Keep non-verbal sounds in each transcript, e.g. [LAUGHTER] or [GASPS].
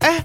哎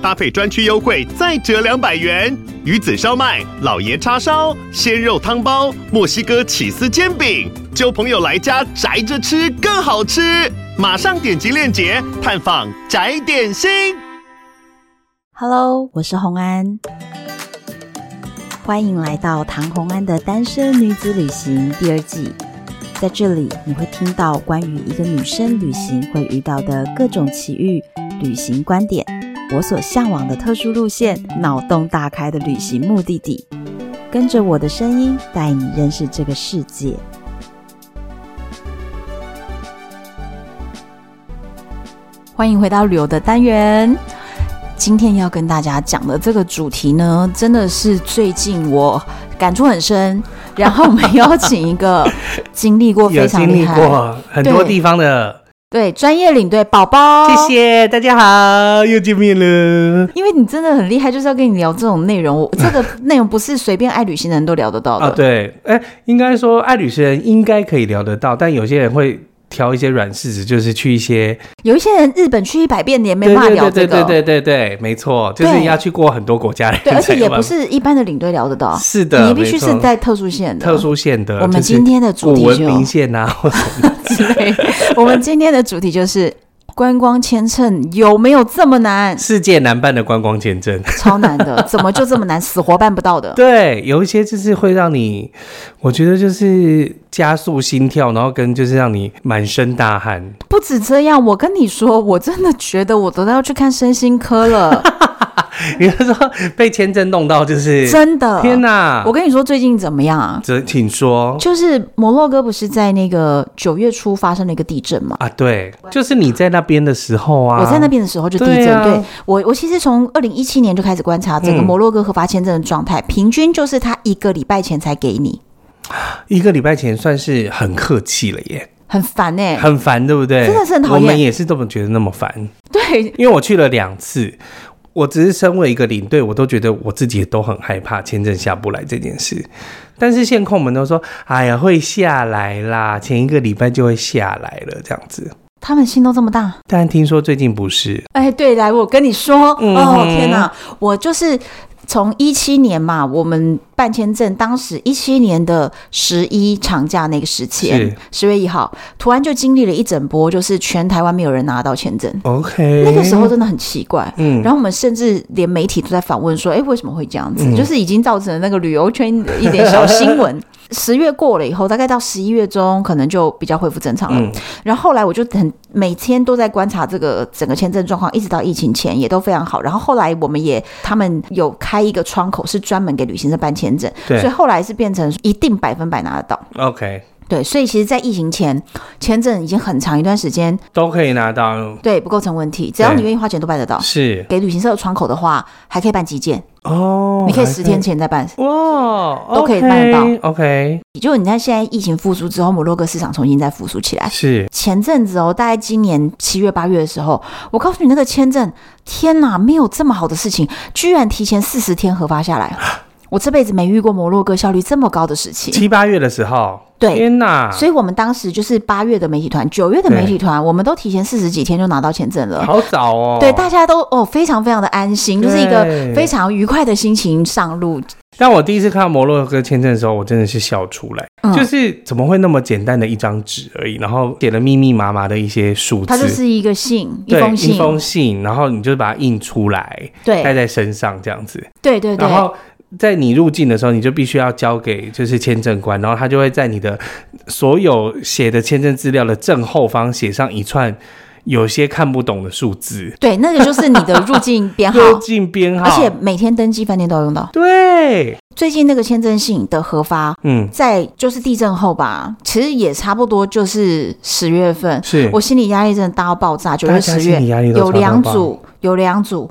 搭配专区优惠再折两百元。鱼子烧麦、老爷叉烧、鲜肉汤包、墨西哥起司煎饼，就朋友来家宅着吃更好吃。马上点击链接探访宅点心。 Hello，我是红安，欢迎来到唐红安的《单身女子旅行》第二季。在这里，你会听到关于一个女生旅行会遇到的各种奇遇、旅行观点，我所向往的特殊路线、脑洞大开的旅行目的地。跟着我的声音，带你认识这个世界。欢迎回到旅游的单元。今天要跟大家讲的这个主题呢，真的是最近我感触很深。然后我们邀请一 [LAUGHS] 个经历过有非常经厉历害，过很多地方的，对专业领队宝宝，谢。谢大家好，又见面了。因为你真的很厉害，就是要跟你聊这种内 [LAUGHS] 容。我这个内容不是随便爱旅行的人都聊得到的。啊，对，哎，应该说爱旅行人应该可以聊得到，但有些人会挑一些软柿子，就是去一些有一些人日本去一百遍，你也没办法聊这对个。对对对对对，没错，就是对要去过很多国家的人对而才且有也办不法是一般的领队聊得到。是的，你必须没错是带特殊线的。[LAUGHS] 特殊线的，我们就是今天的主题古文就明线啊， [LAUGHS] 或什么的之类。我们今天的主题就是观光签证有没有这么难？世界难办的观光签证。超难 [LAUGHS] 的，怎么就这么难，死活办不到的？对，有一些就是会让你，我觉得就是加速心跳，然后跟就是让你满身大汗。不止这样，我跟你说，我真的觉得我都要去看身心科了， [LAUGHS] 你是说被签证弄到就是？真的。天哪！我跟你说，最近怎么样啊？这请说就是摩洛哥不是在那个九月初发生了一个地震吗？啊，对，就是你在那边的时候啊，我在那边的时候就地震，对对,、啊我我其实从二零一七年就开始观察整个嗯摩洛哥核发签证的状态，平均就是他一个礼拜前才给你，一个礼拜前算是很客气了耶，很烦哎、很烦，对不对？真的是很讨厌我们也是这么觉得那么烦， [LAUGHS] 对，因为我去了两次。我只是身为一个领队，我都觉得我自己都很害怕签证下不来这件事。但是线控们都说：“哎呀，会下来啦，前一个礼拜就会下来了。”这样子。他们心都这么大。但听说最近不是，哎，对，来，我跟你说，嗯哦，天哪，我就是从一七年嘛，我们办签证，当时一七年的十一长假那个时前是，十月一号，突然就经历了一整波，就是全台湾没有人拿到签证， OK，那个时候真的很奇怪。嗯然后我们甚至连媒体都在访问说，哎，为什么会这样嗯子？就是已经造成了那个旅游圈一点小新 [LAUGHS] 闻。十月过了以后，大概到十一月中，可能就比较恢复正常了。嗯然后后来我就很每天都在观察这个整个签证状况，一直到疫情前也都非常好。然后后来我们也他们有开一个窗口是专门给旅行社办签证，对所以后来是变成一定百分百拿得到。 OK 对，所以其实，在疫情前，签证已经很长一段时间，都可以拿到，对不构成问题，只要对你愿意花钱都办得到。是给旅行社的窗口的话，还可以办急件，哦，你可以还十天前再办。哇，都可以办到 OK，也就是你看，现在疫情复苏之后，摩洛哥市场重新再复苏起来。是前阵子哦，大概今年七月八月的时候，我告诉你那个签证，天哪，没有这么好的事情，居然提前四十天核发下 [GASPS] 来，我这辈子没遇过摩洛哥效率这么高的事情。七八月的时候，对，天哪，所以我们当时就是八月的媒体团，九月的媒体团，我们都提前四十几天就拿到签证了。好早哦。呃对，大家都哦非常非常的安心，就是一个对非常愉快的心情上路。但我第一次看到摩洛哥签证的时候，我真的是笑出来，嗯就是怎么会那么简单的一张纸而已，然后写了密密麻麻的一些数字，它就是一个信，一对封信一，封信，然后你就把它印出来，带对在身上这样子，对对对，然后。在你入境的时候，你就必须要交给就是签证官，然后他就会在你的所有写的签证资料的正后方写上一串有些看不懂的数字，对，那个就是你的入境编号， [LAUGHS] 入境编号，而且每天登机饭店都要用到。对，最近那个签证信的核发，嗯，在就是地震后吧，其实也差不多就是十月份，是我心理压力真的大到爆炸。九大月、家十心月理压力都有超大两吧组，有两组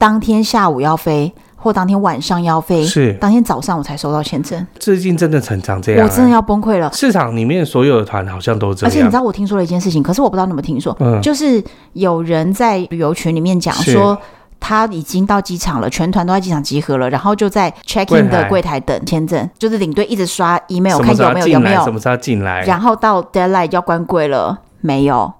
当天下午要飞，或当天晚上要飞，是当天早上我才收到签证，最近真的成长这样、我真的哎要崩溃了。市场里面所有的团好像都这而且样，你知道我听说了一件事情，可是我不知道你有没有听说，嗯就是有人在旅游群里面讲是说。他已经到机场了，全团都在机场集合了，然后就在 check in 柜台的柜台等签证，就是领队一直刷 email 什看么时候有没要有有没进来，什有，么时候要进来，然后到 deadline 要关柜了，没 [GASPS] 有，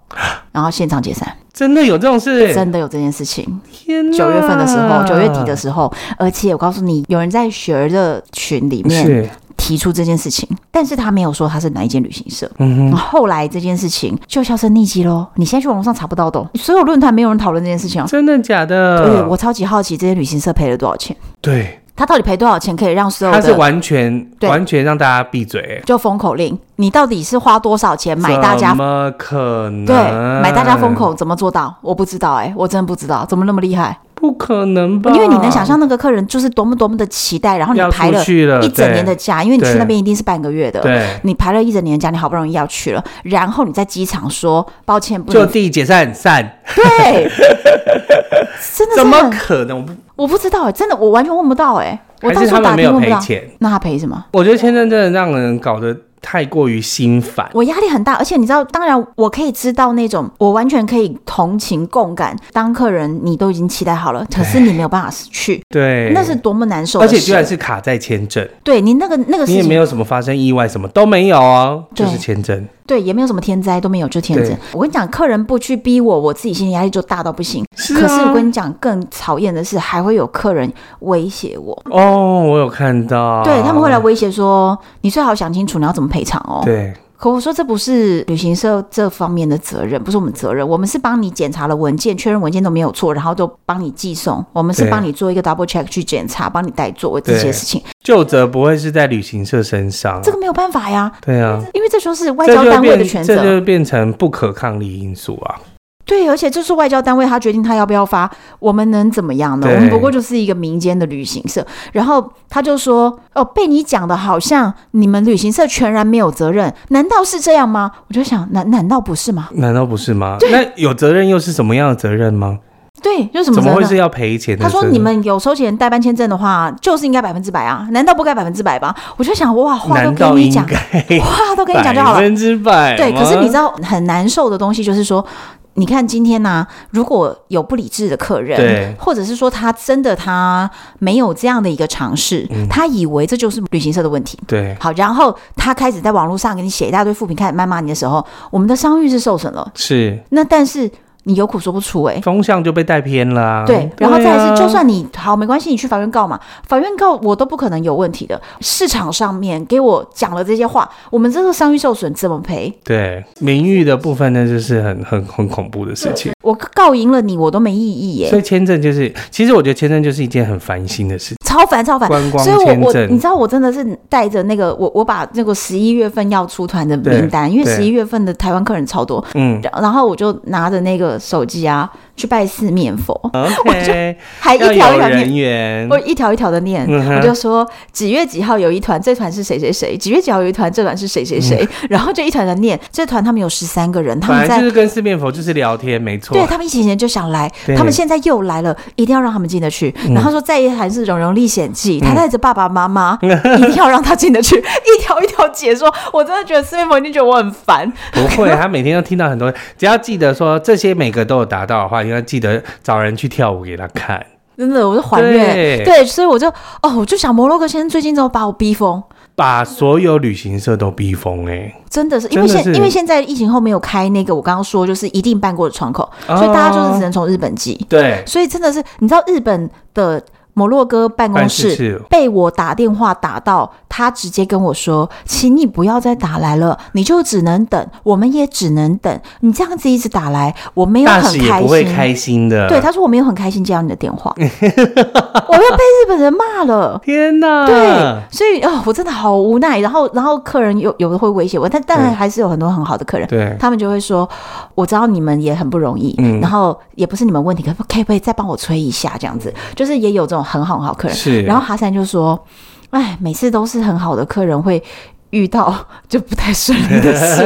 然后现场解散，真的有这种事，真的有这件事情。天哪，九月份的时候，九月底的时候，而且我告诉你，有人在雪儿的群里面是，提出这件事情，但是他没有说他是哪一间旅行社。嗯哼，后来这件事情就销声匿迹喽。你现在去网络上查不到的哦，所有论坛没有人讨论这件事情哦。真的假对，的？我超级好奇这些旅行社赔了多少钱，对，他到底赔多少钱可以让所有他是的完全对完全让大家闭嘴，就封口令？你到底是花多少钱买大家怎？么可能？对，买大家封口，怎么做到？我不知道哎、我真的不知道，怎么那么厉害？不可能吧？因为你能想象那个客人就是多么多么的期待，然后你要排出了去了一整年的对假，因为你去对那边一定是半个月的，对，你排了一整年假，你好不容易要去了，然后你在机场说抱歉不就能，地解散散，对，真的是怎么很，可能？我不我不知道哎、真的我完全问不到哎、我还到是时他候们打没听有问不赔到，钱？那他赔什么？我觉得签证真的让人搞得太过于心烦。我压力很大，而且你知道，当然我可以知道那种，我完全可以同情共感。当客人你都已经期待好了，可是你没有办法去，对，那是多么难受的而事。且居然是卡在签证，对你那个那个事你也情没有什么发生意外，什么都没有哦，对就是签证。对，也没有什么天灾，都没有，就天真对。我跟你讲，客人不去逼我，我自己心理压力就大到不行。是可啊是我跟你讲，更讨厌的是，还会有客人威胁我，哦，我有看到，对他们会来威胁说：“你最好想清楚你要怎么赔偿哦。”对，可我说这不是旅行社这方面的责任，不是我们责任，我们是帮你检查了文件，确认文件都没有错，然后都帮你寄送，我们是对帮你做一个 double check 去检查，帮你代做这些对事情，就责不会是在旅行社身上，啊这个没有办法呀，对啊，因为这时候是外这交就单位的变权责，这就变成不可抗力因素啊。对，而且这是外交单位他决定他要不要发，我们能怎么样呢？对我们不过就是一个民间的旅行社。然后他就说：“哦，被你讲的好像你们旅行社全然没有责任，难道是这样吗？”我就想，难难道不是吗？难道不是吗？那有责任又是什么样的责任吗？对，有什么责怎么任会呢是？要赔钱的他责任？说：“你们有收钱代办签证的话，就是应该百分之百啊，难道不该百分之百吗？”我就想，哇，话都难跟道你应讲，该 [LAUGHS] 话都跟你讲就好 [LAUGHS] 百了。分之百吗？对，可是你知道很难受的东西就是说，你看今天呢、如果有不理智的客人对，或者是说他真的他没有这样的一个尝试，他以为这就是旅行社的问题。对好，然后他开始在网络上给你写一大堆负评，开始谩骂你的时候，我们的商誉是受损了。是那但是你有苦说不出哎、风向就被带偏了啊、对，然后再来啊是，就算你好没关系，你去法院告嘛，法院告我都不可能有问题的。市场上面给我讲了这些话，我们这个商誉受损怎么赔？对名誉的部分，那就是很很很恐怖的事情。我告赢了你，我都没意义耶、所以签证就是，其实我觉得签证就是一件很烦心的事情。超烦超烦。观光所以我签我你证知道我真的是带着那个我我把那个十一月份要出团的名单，对因为对十一月份的台湾客人超多，嗯然然后我就拿着那个手机啊去拜四面佛， ，OK， [LAUGHS] 还一嗯要条一有条人念。员我，一条一条的念，嗯哼我就说几月几号有一团，这团是谁谁谁；几月几号有一团，这团是谁谁谁。嗯然后就一团的念，这团他们有十三个人，他们本来在就是跟四面佛就是聊天，没错。对他们一起前就想来，对嗯他们现在又来了，一定要让他们进得去。然后说再一还是《蓉蓉历险记》，他带着爸爸妈 [LAUGHS] 妈，一定要让他进得去。 [LAUGHS] 一条一条解说，我真的觉得四面佛一定觉得我很烦。不会，他每天都听到 [LAUGHS] 很多，只要记得说这些每个都有达到的话，应该记得找人去跳舞给他看。真的，我就还愿，对对，所以我就哦，我就想摩洛哥先生最近怎么把我逼疯，把所有旅行社都逼疯哎、欸，真的是因为真的现是因为现在疫情后没有开那个我刚刚说就是一定办过的窗口，所以大家就是只能从日本寄，对所以真的是你知道日本的摩洛哥办公办室事是被我打电话打到，他直接跟我说：“请你不要再打来了，你就只能等，我们也只能等。你这样子一直打来，我没有大很使也开不会心。开心啊的。对，他说我没有很开心接到你的电 [LAUGHS] 话，我又被日本人骂了。天哪，对，所以哦，我真的好无奈。然后，然后客人有有的会威胁我，但当然对还是有很多很好的客人，对他们就会说，我知道你们也很不容易，嗯然后也不是你们问题，可不可以可以再帮我催一下这样子？就是也有这种很好很好客人。是然后哈山就说，哎，每次都是很好的客人会。遇到就不太顺利的 [LAUGHS] 事，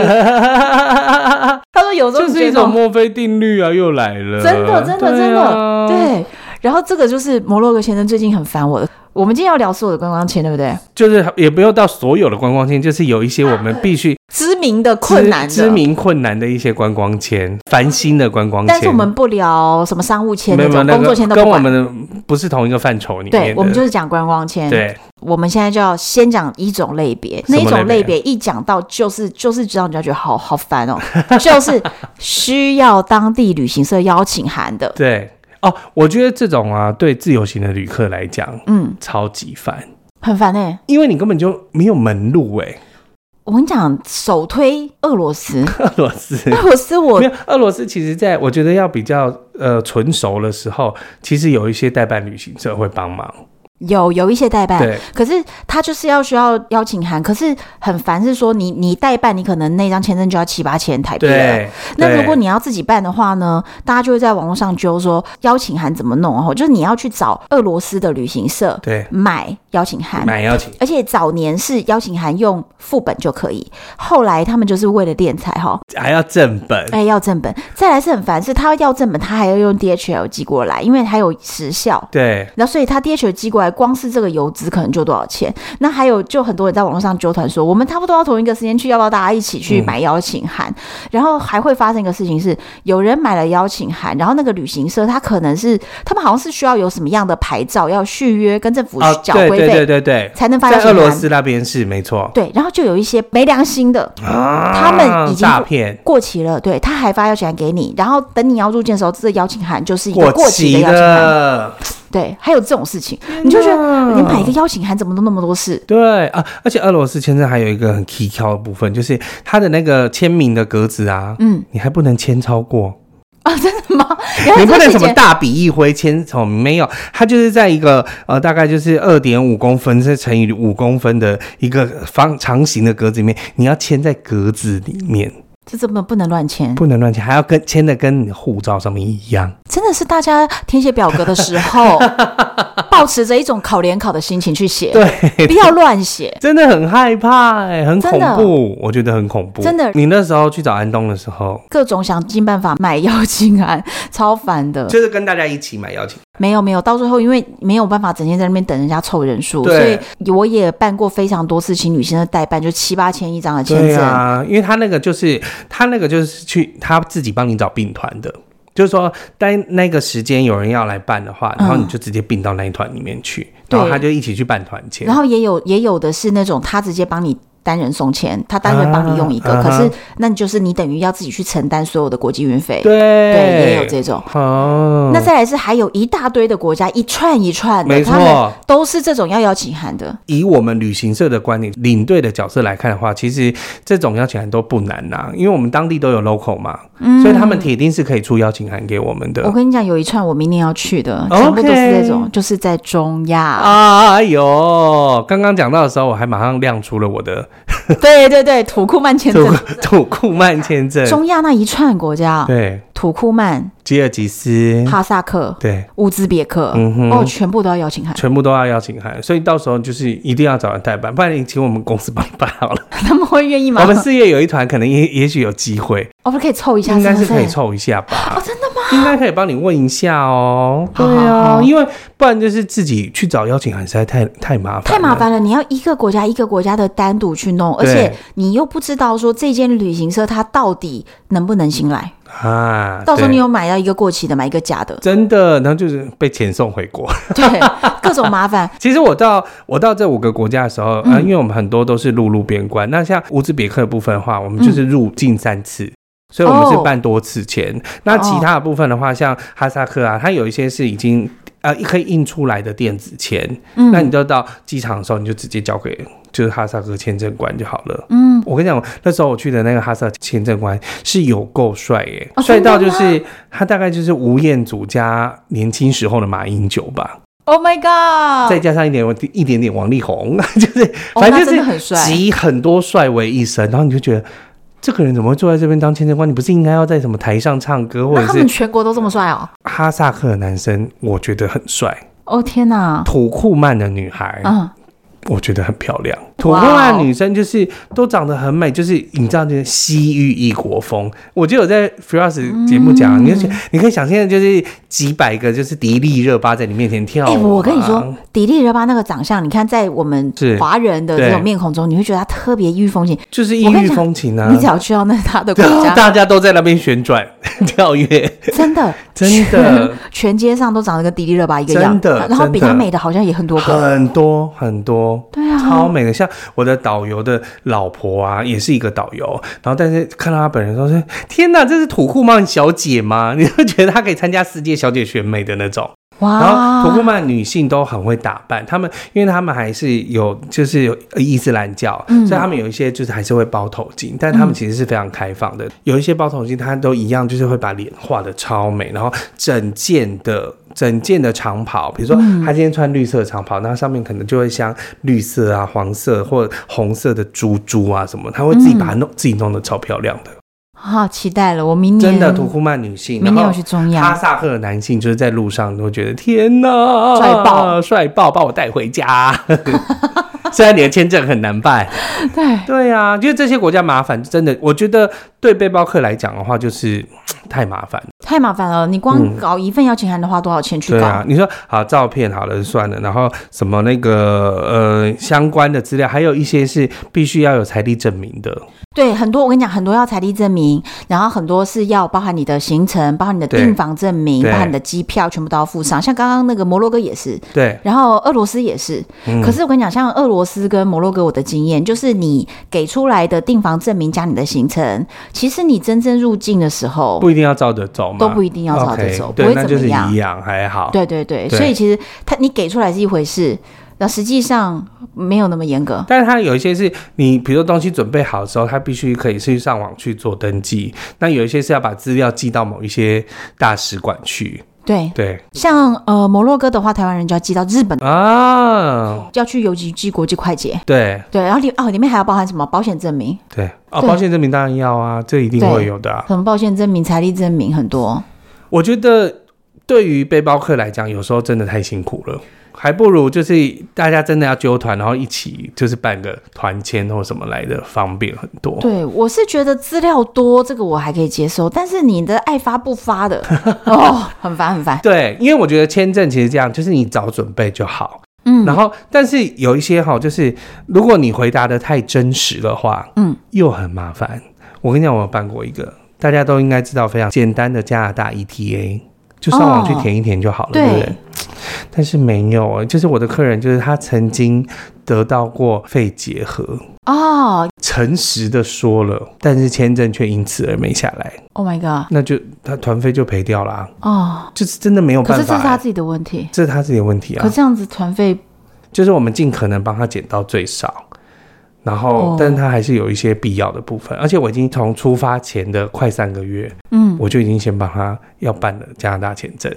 他说有时候这你是觉一得种墨菲定律啊，又来了，真的真的真对啊的，对。然后这个就是摩洛哥签证最近很烦我的。我们今天要聊所有的观光签，对不对？就是也不用到所有的观光签，就是有一些我们必须知名的知困难的知，名困难的一些观光签，繁星的观光签。但是我们不聊什么商务签没有没有种，那工作个签都跟不我管。们的不是同一个范畴里面对的，我们就是讲观光签。，对我们现在就要先讲一种类别，什那么一种类类别别一讲到就是就是知道你就觉得好好烦哦， [LAUGHS] 就是需要当地旅行社邀请函的。对哦，我觉得这种啊，对自由行的旅客来讲嗯，超级烦，很烦哎、因为你根本就没有门路哎、我跟你讲，首推俄罗斯， [LAUGHS] 俄罗斯。俄罗斯我没有，俄罗斯其实在我觉得要比较呃纯熟的时候，其实有一些代办旅行社会帮忙。有有一些代办，对，可是他就是要需要邀请函，可是很烦，是说你你代办，你可能那张签证就要七八千台币了。对，啊那对如果你要自己办的话呢，大家就会在网络上揪说邀请函怎么弄哦，就是你要去找俄罗斯的旅行社对买邀请函。买邀请，而且早年是邀请函用副本就可以，后来他们就是为了敛财哈，还要正本，哎要正本，再来是很烦，是他要正本，他还要用 DHL 寄过来，因为还有时效，对那所以他 DHL 寄过来，光是这个邮资可能就多少钱？那还有，就很多人在网络上纠团说，我们差不多要同一个时间去，要不要大家一起去嗯买邀请函？然后还会发生一个事情是，有人买了邀请函，然后那个旅行社他可能是他们好像是需要有什么样的牌照要续约，跟政府啊，缴对规对对费对对，才能发邀在请俄罗函。斯那边是没错对，然后就有一些没良心的，啊，他们已经诈骗过期了，对，他还发邀请函给你，然后等你要入境的时候，这个邀请函就是一个过期的期邀请函，了，对，还有这种事情，你就觉得得你买一个邀请函怎么都那么多事？ [LAUGHS] 对啊，而且俄罗斯签证还有一个很 key 挑的部分，就是它的那个签名的格子啊，嗯你还不能签超过，啊，真的吗？原 [LAUGHS] 你来不这能是什么件大笔一挥签哦，没有，它就是在一个呃大概就是二点五公分再乘以五公分的一个方长形的格子里面，你要签在格子里面，这怎么不能乱签？不能乱签，还要跟签的跟你的护照上面一样。真的是大家填写表格的时 [LAUGHS] 候，保持着一种考联考的心情去写，对，不要乱写。真的很害怕、欸，很恐真的怖，我觉得很恐怖。真的你那时候去找安东的时候，各种想尽办法买邀请函，超烦的。就是跟大家一起买邀请。没有没有，到最后因为没有办法整天在那边等人家凑人数，所对以我也办过非常多次情侣生的代办，就七八千一张的签对证。啊，因为他那个就是他那个就是去他自己帮你找并团的，就是说当那个时间有人要来办的话，然后你就直接并到那一团里面去，对然后他就一起去办团签然。后也有也有的是那种他直接帮你单人送钱，他单人帮你用一个，啊可啊是那你就是你等于要自己去承担所有的国际运费。对，对，也有这种。哦，那再来是还有一大堆的国家，一串一串的，没错他们都是这种要邀请函的。以我们旅行社的观点，领队的角色来看的话，其实这种邀请函都不难拿、因为我们当地都有 local 嘛，所以他们铁定是可以出邀请函给我们的嗯我。跟你讲，有一串我明年要去的， OK 全部都是这种，就是在中亚。哎呦，刚刚讲到的时候，我还马上亮出了我的对对对，土库曼签土证，土库曼签证，中亚那一串国家，对，土库曼、吉尔吉斯，哈萨克、对，乌兹别克，嗯哼哦，全部都要邀请函。全部都要邀请函，所以到时候就是一定要找人代办，不然你请我们公司帮你办好了。他们会愿意吗？我们四月有一团，可能也也许有机会，我们可以凑一下，应该是是不可以凑一下吧。哦，真的吗？应该可以帮你问一下 [LAUGHS] 哦。对好好啊，好因为不然就是自己去找邀请函实在太太麻烦，太麻。烦了，你要一个国家一个国家的单独去弄，而对且你又不知道说这间旅行社它到底能不能行来。啊！到时候对，你有买到一个过期的，买一个假的真的，然后就是被遣送回国。对， [LAUGHS] 各种麻烦。其实我到我到这五个国家的时候，嗯、嗯因为我们很多都是陆路边关，那像乌兹别克的部分的话，我们就是入境三次。哦所以我们是办多次签，那其他的部分的话，像哈萨克啊，它有一些是已经呃可以印出来的电子签，那你嗯就到机场的时候你就直接交给就是哈萨克签证官就好了。嗯，我跟你讲，那时候我去的那个哈萨签证官是有够帅耶，哦帅、真的到吗就是他大概就是吴彦祖加年轻时候的马英九吧， ，Oh my God，再加上一点一点点王力宏， [LAUGHS] 就是哦反那正就真的是很帅，集很多帅为一身，然后你就觉得。这个人怎么会坐在这边当签证官？你不是应该要在什么台上唱歌，或那者他是们全国都这么帅哦。哈萨克的男生，我觉得很帅。哦天哪，土库曼的女孩，嗯，我觉得很漂亮。哦土库曼女生就是都长得很美，就是你知道，就是西域异国风。我就有在 Firas 节目嗯讲，你就你可以想象，就是几百个就是迪丽热巴在你面前跳舞、哎、啊。我跟你说，迪丽热巴那个长相，你看在我们是华人的这对种面孔中，你会觉得她特别异域风情。就是异我跟域你讲风情啊你只！要去到那她 [LAUGHS] 的国大家，啊大家都在那边旋转 [LAUGHS] 跳跃，真的 [LAUGHS] 真的全，全街上都长得跟迪丽热巴一个样，真的然后比真她的美的好像也很多个。很多很多，对啊超美的。像我的导游的老婆啊，也是一个导游，然后但是看到她本人说是天哪，这是土库曼小姐吗？你会觉得她可以参加世界小姐选美的那种。哇！然后土库曼女性都很会打扮，她们因为她们还是有就是有呃伊斯兰教，嗯所以她们有一些就是还是会包头巾，但她们其实是非常开放的。嗯有一些包头巾，她都一样，就是会把脸画的超美，然后整件的。整件的长袍，比如说嗯她今天穿绿色的长袍，那上面可能就会像绿色啊、黄色或红色的珠珠啊什么，她会自己嗯把它弄、自己弄得超漂亮的。啊，期待了，我明年真的，土库曼女性，明年然我后去中哈亚，萨克的男性就是在路上都会觉得天哪，帅爆帅爆，把我带回家。 [LAUGHS] 虽然你的签证很难办，对，对啊，因为这些国家麻烦，真的，我觉得对背包客来讲的话，就是嘖太麻烦。太麻烦了。你光嗯搞一份邀请函得花多少钱去对搞？啊，你说好照片好了算了，然后什么那个呃相关的资料，还有一些是必须要有财力证明的，对，很多我跟你讲，很多要财力证明，然后很多是要包含你的行程，包含你的对订房证明，对包含你的机票，全部都要附上。像刚刚那个摩洛哥也是，对，然后俄罗斯也是。嗯可是我跟你讲，像俄罗斯跟摩洛哥，我的经验就是，你给出来的订房证明加你的行程，其实你真正入境的时候，不一定要照着走嘛，都不一定要照着走 OK，不会对，那怎就么是样一样，还好，对对对，对所以其实他你给出来是一回事，那实际上没有那么严格。但是它有一些是你，比如说东西准备好的时候，它必须可以去上网去做登记。那有一些是要把资料寄到某一些大使馆去。对，对像呃摩洛哥的话，台湾人就要寄到日本，啊，要去邮局寄国际快捷。对对，然后里哦里面还要包含什么保险证明、对哦，对保险证明当然要啊，这一定会有的啊、什么保险证明、财力证明很多。我觉得对于背包客来讲，有时候真的太辛苦了。还不如就是大家真的要揪团，然后一起就是办个团签或什么来的方便很多。对，我是觉得资料多这个我还可以接受，但是你的爱发不发 [LAUGHS] 的哦，很烦很烦。对，因为我觉得签证其实这样，就是你早准备就好。嗯，然后，但是有一些哈，就是如果你回答的太真实的话，嗯，又很麻烦。我跟你讲，我有办过一个，大家都应该知道非常简单的加拿大 ETA，就上网去哦填一填就好了，对对不对？但是没有啊，就是我的客人，就是他曾经得到过肺结核，哦诚实的说了，但是签证却因此而没下来， ，Oh my god，那就他团费就赔掉啦、哦，就是真的没有可办是法、哎这欸是他自己的问题。这是他自己的问题啊。可这样子团费就是我们尽可能帮他减到最少，然后，哦但是他还是有一些必要的部分，而且我已经从出发前的快三个月，嗯，我就已经先帮他要办了加拿大签证。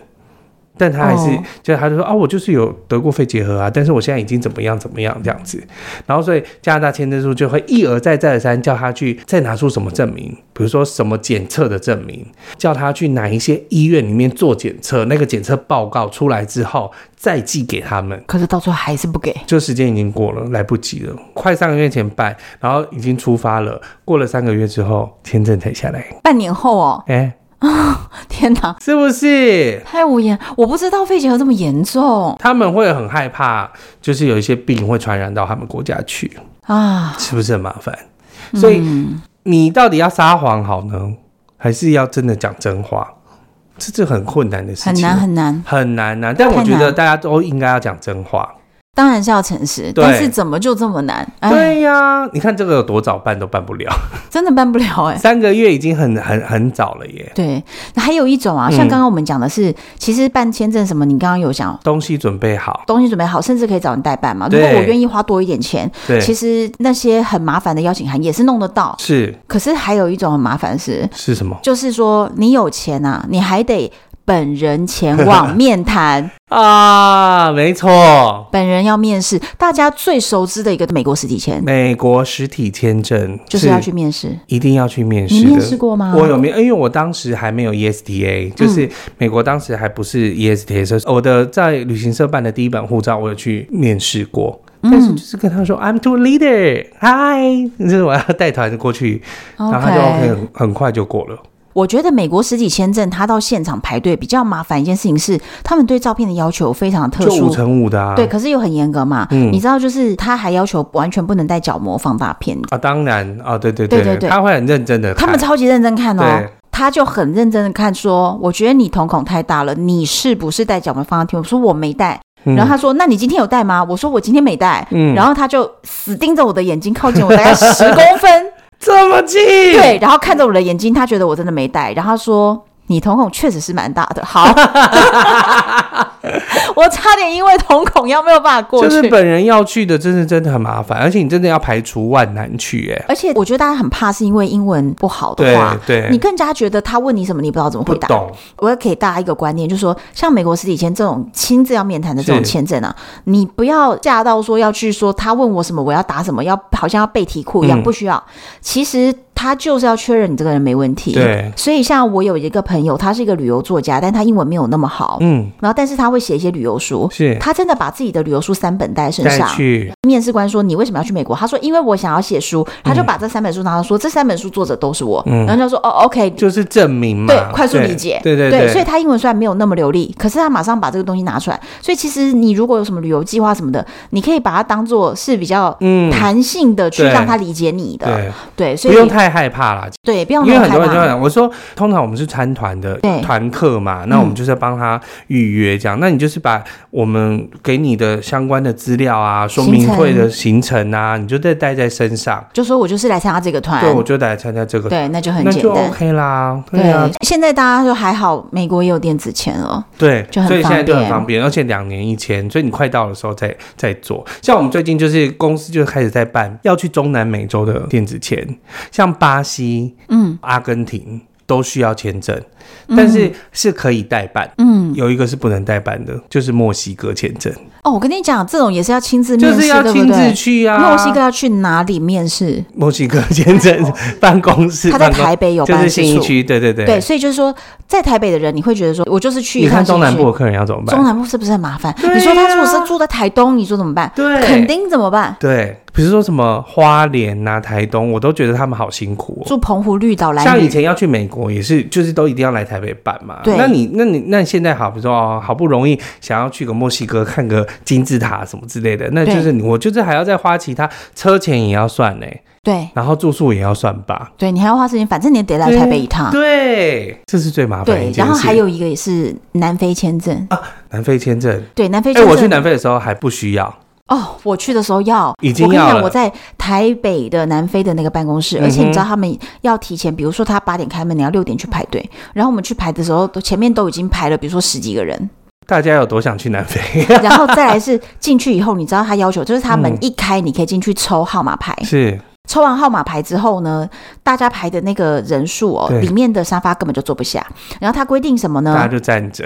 但他还是，哦就是他就说啊，我就是有得过肺结核啊，但是我现在已经怎么样怎么样这样子，然后所以加拿大签证处就会一而再再而三叫他去再拿出什么证明，比如说什么检测的证明，叫他去哪一些医院里面做检测，那个检测报告出来之后再寄给他们，可是到最后还是不给。就时间已经过了，来不及了，快三个月前办，然后已经出发了，过了三个月之后签证才下来，半年后哦， [LAUGHS] 哎、天哪，是不是？太无言！我不知道肺结核这么严重他们会很害怕，就是有一些病会传染到他们国家去，啊，是不是很麻烦？所以嗯你到底要撒谎好呢，还是要真的讲真话？这是很困难的事很情，难很难，很难呐、但我觉得大家都应该要讲真话。当然是要诚实，对但是怎么就这么难？哎，对呀、你看这个有多早办都办不了，真的办不了哎、三个月已经很很很早了耶。对，那还有一种啊，嗯像刚刚我们讲的是，其实办签证什么，你刚刚有讲。东西准备好，东西准备好，甚至可以找人代办嘛。如对果我愿意花多一点钱，对，其实那些很麻烦的邀请函也是弄得到。是可是还有一种很麻烦的是，是什么就是说你有钱啊，你还得本人前往面 [LAUGHS] 谈，啊？没错，本人要面试。大家最熟知的一个美国实体签，美国实体签证就是要去面试。一定要去面试你的。面试过吗？嗯我有面，因为我当时还没有 E ESTA，就是美国当 E 时还不是 ESTA，所以我的在旅行社办的第一本护照，我有去面试过。嗯但是就是跟他说、I'm t o leader，hi，就是我要带团过去，然后他就 OK，很很快就过了。我觉得美国实体签证，他到现场排队比较麻烦一件事情是，他们对照片的要求非常特就五殊。乘五的啊，嗯对，可是又很严格嘛。你知道，就是他还要求完全不能带角膜放大片，啊，当然啊，对对对对对他会很认真的，他们超级认真看哦对。他就很认真的看，说：“我觉得你瞳孔太大了，你是不是带角膜放大片？”我说：“我没带。”然后他说：“那你今天有带吗？”我说：“我今天没带。”嗯然后他就死盯着我的眼睛，靠近我大概十公 [LAUGHS] 分，这么近，对，，然后看着我的眼睛，他觉得我真的没带，然后他说。你瞳孔确实是蛮大的， [LAUGHS] 好， [LAUGHS] 我差点因为瞳孔要没有办法过就去是，本人要去的，真是真的很麻烦，而且你真的要排除万难去，哎，而且我觉得大家很怕是因为英文不好的话，对对你更加觉得他问你什么你不知道怎么不回答。懂，我要给大家一个观念，就是说，像美国实体签这种亲自要面谈的这种是签证啊，你不要吓到说要去说他问我什么，我要答什么，要好像要背题库一样，嗯不需要。其实他就是要确认你这个人没问题。对所以像我有一个朋友，他是一个旅游作家，但他英文没有那么好，嗯，然后但是他会写一些旅游书。是他真的把自己的旅游书三本带在身再上。去，面试官说：“你为什么要去美国？”他说：“因为我想要写书。”嗯他就把这三本书拿到说：“这三本书作者都是我。然后就说：“哦，OK，就是证明嘛，对，快速理解，嗯对对对所以他英文虽然没有那么流利，可是他马上把这个东西拿出来。所以其实你如果有什么旅游计划什么的，你可以把它当做是比较嗯，弹性的去对让他理解你的，对，对，所不以用太害怕啦，对，不要因那为么很害多人就怕。讲，我说通常我们是参团的对嗯团客嘛，那我们就是要帮他预约这样。那你就是把我们给你的相关的资料啊、说明会的行程啊，你就再带在身上。就说我就是来参加这个团，对，我就来参加这个，对，那就很那简就单。 OK 啦。对对啊，，现在大家就还好，美国也有电子签了。对，就很所以现在就方很便方便，而且两年一签，所以你快到的时候再再做。像我们最近就是公司就开始在办要去中南美洲的电子签，像巴西、嗯、阿根廷都需要签证，但是是可以代办。嗯，有一个是不能代办的，就是墨西哥签证，哦，我跟你讲，这种也是要亲自面就试，是要亲对自不对？去啊。墨西哥要去哪里面试？墨西哥签证办公室，他在办公台北有就办是事信义处。区，对对对。对，所以就是说，在台北的人，你会觉得说，我就是去一你趟看信中义南区部的客人要怎么办？中南部是不是很麻烦？对呀啊你说他如果是住在台东，你说怎么办？对垦丁怎么办？对，比如说什么花莲呐、台东，我都觉得他们好辛苦、哦。住澎湖、绿岛、像蓝以屿，前要去美国也是，就是都一定要来台北办嘛。对那你那你那现在好，比如说哦，好不容易想要去个墨西哥看个金字塔什么之类的，那就是你我就是还要再花其他车钱也要算呢，欸对然后住宿也要算吧。对，你还要花时间，反正你也得来台北一趟。对，啊这是最麻烦的对一，件然后事还有一个也是南非签证，南非签证，对，南非哎、签证。我去南非的时候还不需要，哦，我去的时候要，已经我跟你要讲，了嗯我在台北的南非的那个办公室，而且你知道他们要提前，比如说他八点开门，你要六点去排队，然后我们去排的时候，都前面都已经排了，比如说十几个 [LAUGHS] 人，大家有多想去南非？ [LAUGHS] 然后再来是进去以后，你知道他要求就是他门嗯一开，你可以进去抽号码牌，是抽完号码牌之后呢，大家排的那个人数哦对，里面的沙发根本就坐不下。然后他规定什么大家呢？就站着，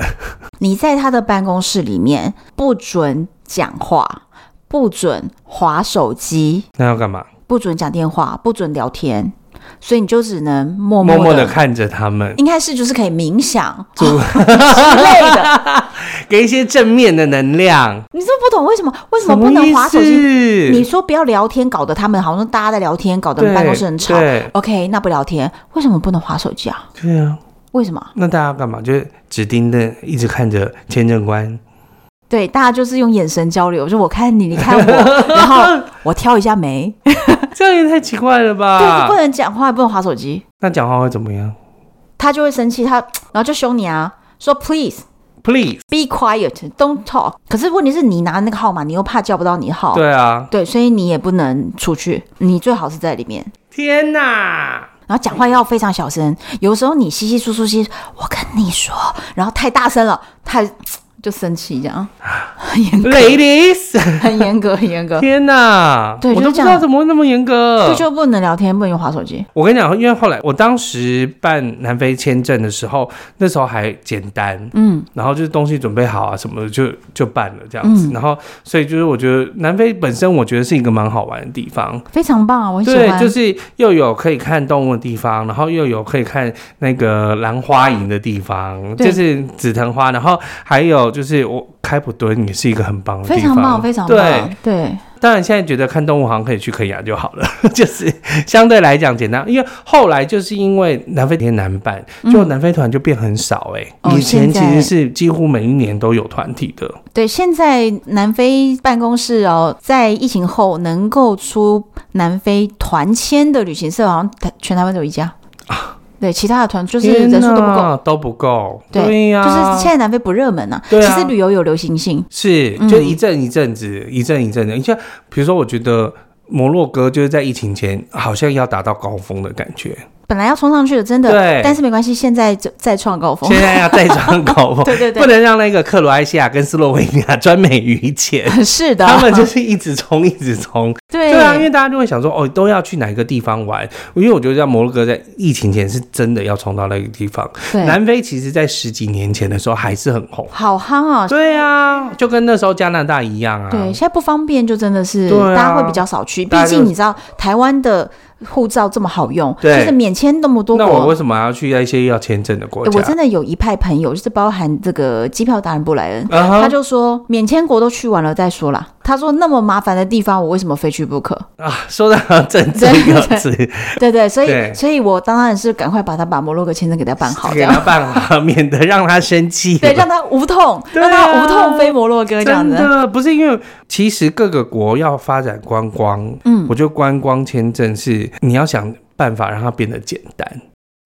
你在他的办公室里面不准讲话，不准划手机，那要干嘛？不准讲电话，不准聊天，所以你就只能默默默的的看着他们，应该是就是可以冥想祝 [LAUGHS] 之类的。给一些正面的能量。你这不懂为什么为什么什不么能意划手机？思？你说不要聊天，搞得他们好像大家在聊天，搞得对办公室很吵。对 OK，那不聊天，为什么不能划手机啊？对啊，为什么？那大家干嘛？就是只盯着，一直看着签证官。对，大家就是用眼神交流，就我看你，你看 [LAUGHS] 我，然后我挑一下眉，啊这样也太奇怪了对，吧就不？能讲话，也不能划手机，那讲话会怎么样他就会生气，他然后就凶你啊，说 Please ？Please， be quiet, don't talk。可是问题是你拿那个号码，你又怕叫不到你号，对啊，对所以你也不能出去，你最好是在里面，天哪！然后讲话要非常小声，有时候你稀稀疏疏稀，我跟你说，然后太大声了，太就生气这 [LAUGHS] 样，很严格， Ladies， [LAUGHS] 很严格，很严格，天啊哪！对我就都不是这知样道怎么会那么严格。就就不能聊天，不能用滑手机。我跟你讲，因为后来我当时办南非签证的时候，那时候还简单，嗯，然后就是东西准备好啊什么的，就就办了这样子。嗯然后，所以就是我觉得南非本身，我觉得是一个蛮好玩的地方。非常棒啊，我很喜对，欢。就是又有可以看动物的地方，然后又有可以看那个兰花楹的地方，对就是紫藤花，然后还有就是我开普敦也是一个很棒的非地方，常棒，非常棒。对，对当然现在觉得看动物好像可以去肯亚就好了， [LAUGHS] 就是相对来讲简单。因为后来就是因为南非团难办，就南非团就变很少哎、哦以前现其在实是几乎每一年都有团体的，对，现在南非办公室哦，在疫情后能够出南非团签的旅行社，好像台全台湾只有一家。对，其他的团就是人数都不啊天够。哪，都不够。对呀、就是现在嗯南非不热门啊，对啊其实旅游有流行性，是，就一阵一阵子，一阵一阵的。你像比如说，我觉得摩洛哥就是在疫情前好像要达到高峰的感觉，本来要冲上去的，真的，对但是没关系，现在就再创高峰，[LAUGHS] 现在要再创高峰，哦对对对不能让那个克罗埃西亚跟斯洛文尼亚专美于前。是 [LAUGHS] 的，他们就是一直冲，一直冲。 [LAUGHS] 对对啊，因为大家就会想说，哦，都要去哪一个地方玩？因为我觉得在摩洛哥在疫情前是真的要冲到那个地方。对南非其实在十几年前的时候还是很红。好夯啊，对啊，就跟那时候加拿大一样啊。对，现在不方便，就真的是、对啊大家会比较少去，毕大家就竟你知道台湾的护照这么好用，对就是免签那么多那我国为。什么要去一些要签证的国诶家？我真的有一派朋友，就是包含这个机票达人布莱恩啊哈他就说免签国都去完了再说啦。他说那么麻烦的地方，我为什么非去不可？啊，说的很振 [LAUGHS] 振有词，对对，所对以所以我当然是赶快把他把摩洛哥签证给他办好，这给样他办好，免得让他生气。对，让他无痛，对让啊他无痛飞摩洛哥这样真子。的不是因为，其实各个国要发展观光，嗯我觉得观光签证是你要想办法让它变得简单，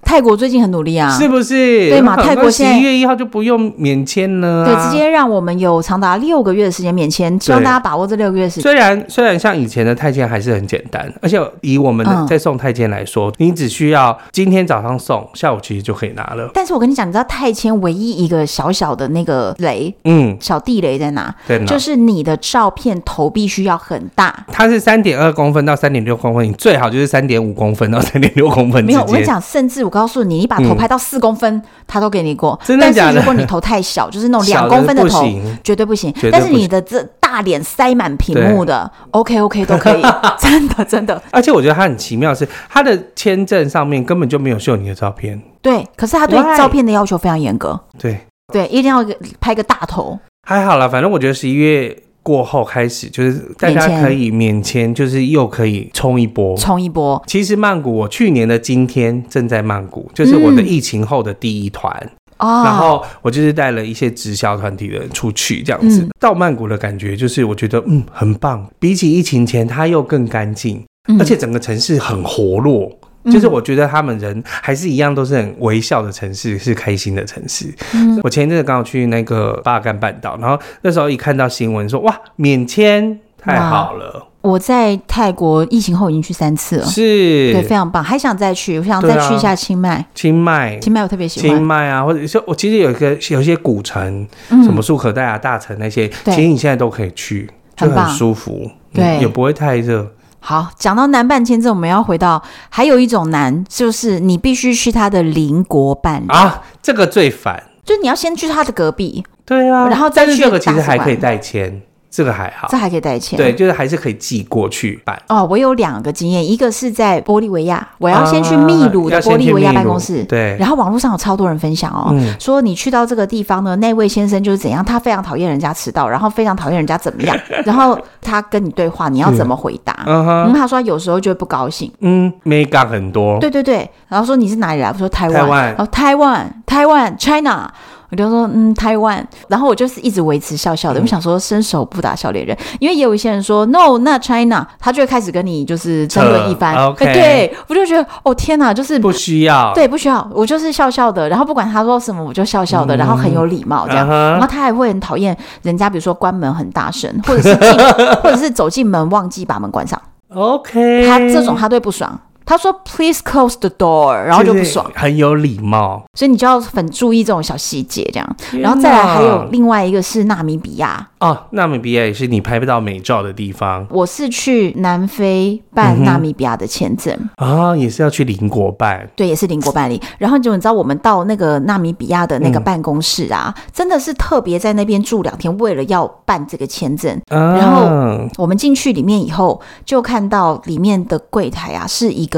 泰国最近很努力啊，是不是？对嘛泰国十现在一月一号就不用免签了、啊对，直。接让我们有长达六个月的时间免签，希望对大家把握这六个月的时间。虽然虽然像以前的泰签还是很简单，而且以我们的嗯在送泰签来说，你只需要今天早上送，下午其实就可以拿了。但是我跟你讲，你知道泰签唯一一个小小的那个雷，嗯，小地雷在哪？对呢，就是你的照片头必须要很大。它是三点二公分到三点六公分，你最好就是三点五公分到哦 [LAUGHS] 三点六公分之没有，间。我跟你讲，甚至我告诉你，你把头嗯拍到四公分，他都给你过。真的假但的是如果你头太小，就是 [LAUGHS] 那种小两的公分的不头行，绝对不行。绝对但是不你行的这大脸塞满屏幕的，OK OK 都 [LAUGHS] 可以，真的真的。而且我觉得它很奇妙的是，它的签证上面根本就没有秀你的照片。对，可是他对 Why？照片的要求非常严格，对，对，一定要拍个大头。还好啦，反正我觉得十一月过后开始，就是大免家签可以免签，就是又可以冲一波。冲一波。其实曼谷，我去年的今天正在曼谷，就是我的疫情后的第一团，哦，然后我就是带了一些直销团体的人出去，这样子、嗯到曼谷的感觉就是，我觉得嗯很棒，比起疫情前它又更干净，嗯而且整个城市很活络，嗯就是我觉得他们人还是一样，都是很微笑的城市，是开心的城市。嗯我前一阵子刚好去那个巴尔干半岛，然后那时候一看到新闻说哇免签，太好了，我在泰国疫情后已经去三次了，对，非是常棒，还想再去，我想对再啊去一下清迈，清迈。清迈我特别喜清欢，迈啊，或者是我其实有一个有一些古城，什么嗯，素可代啊、大城那些，对其实你现在都可以去，就很棒很舒服，对也不会太热。好，讲到南办签证，我们要回到还有一种难，就是你必须去他的邻国办理，啊，这个最烦。就你要先去他的隔壁，对啊，然后再但是去这个其大实使还可以馆代签，这个还好这。还可以带钱，啊对，。就是还是可以寄过去办。哦，我有两个经验，一个是在玻利维亚，我要先去秘鲁啊的要先玻利维亚去秘鲁办公室，对然后网络上有超多人分享哦，嗯说你去到这个地方呢，那位先生就是怎样，他非常讨厌人家迟到，然后非常讨厌人家怎么 [LAUGHS] 样，然后他跟你对话，你要怎么回答？嗯，嗯哼，他说他有时候就会不高兴，嗯，美感很多。对对对，然后说你是哪里来？我说台湾，哦台湾然后台湾，台湾，China。我就说嗯，台湾，然后我就是一直维持笑嗯笑的，我想说伸手不打笑脸人，因为也有一些人说 no，那 China，他就会开始跟你就是争论一番。扯，OK 啊哎对我就觉得哦天哪，就是不需要。对，不需要，我就是笑笑的，然后不管他说什么，我就笑笑的，然后很有礼貌这样。嗯哼然后他还会很讨厌人家，比如说关门很大声，或者是 [LAUGHS] 进，或者是走进门忘记把门关上， ，OK。他这种他都会不爽。他说 “Please close the door”，然后就不爽，，很有礼貌。所以你就要很注意这种小细节这样。然后再来还有天另外一个是纳米比亚，哪哦，纳米比亚也是你拍不到美照的地方我是去南非嗯办哼纳米比亚的签证，啊，也是要去邻国办。对，也是邻国办理。然后就你知道，我们到那个纳米比亚的嗯那个办公室啊，真的是特别在那边住两天，为了要办这个签证。然然啊后我们进去里面以后，就看到里面的柜台啊，是一个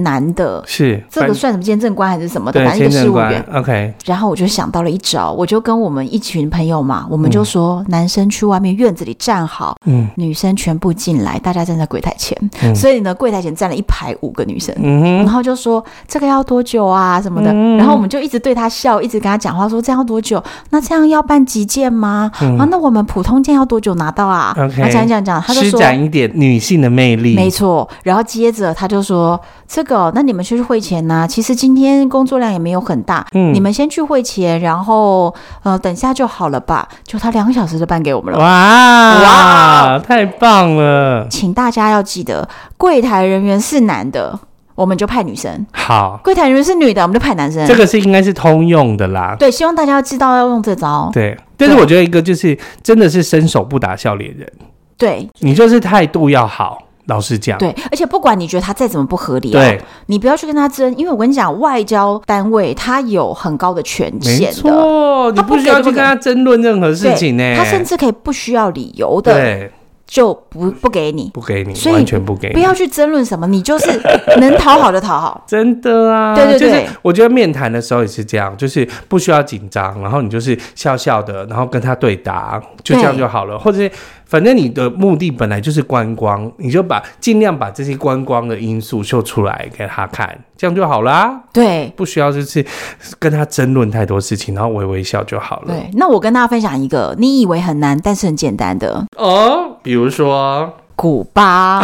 难的，是这个反算什么见证官还是什么的，对反正一签个事证务官员。 ，OK，然后我就想到了一招，我就跟我们一群朋友嘛，我们就说男生去外面院子里站好，嗯女生全部进来，大家站在柜台前，嗯所以呢，柜台前站了一排五个女生。嗯然哼，后就说这个要多久啊什么的，嗯然后我们就一直对他笑，一直跟他讲话说这样要多久？那这样要办急件吗？啊，那我们普通件要多久拿到啊？嗯 OK 那讲一讲讲，他就施说展一点女性的魅力，没错，然后接着他就说：“这个哦，那你们去会前呐、其实今天工作量也没有很大，嗯你们先去会前，然后呃等一下就好了吧。”就他两个小时就办给我们了。哇哇太棒了！请大家要记得，柜台人员是男的，我们就派女生；好，柜台人员是女的，我们就派男生。这个是应该是通用的啦。对，希望大家要知道要用这招。对，但是我觉得一个就是真的是伸手不打笑脸人，对你就是态度要好，老实讲，对，而且不管你觉得他再怎么不合理、啊，对，你不要去跟他争，因为我跟你讲，外交单位他有很高的权没限的。错，你他不不需要给去就不跟他争论任何事情呢、他甚至可以不需要理由的，对就不不给你，不给你，所以完全不给你，不要去争论什么，你就是 [LAUGHS] 能讨好的讨好。真的啊，对对对就是我觉得面谈的时候也是这样，就是不需要紧张，然后你就是笑笑的，然后跟他对答，就这样就好了。或者是反正你的目的本来就是观光，你就把尽量把这些观光的因素秀出来给他看，这样就好啦。对不需要就是跟他争论太多事情，然后微微笑就好了。对，那我跟大家分享一个你以为很难，但是很简单的哦，比如说，古巴。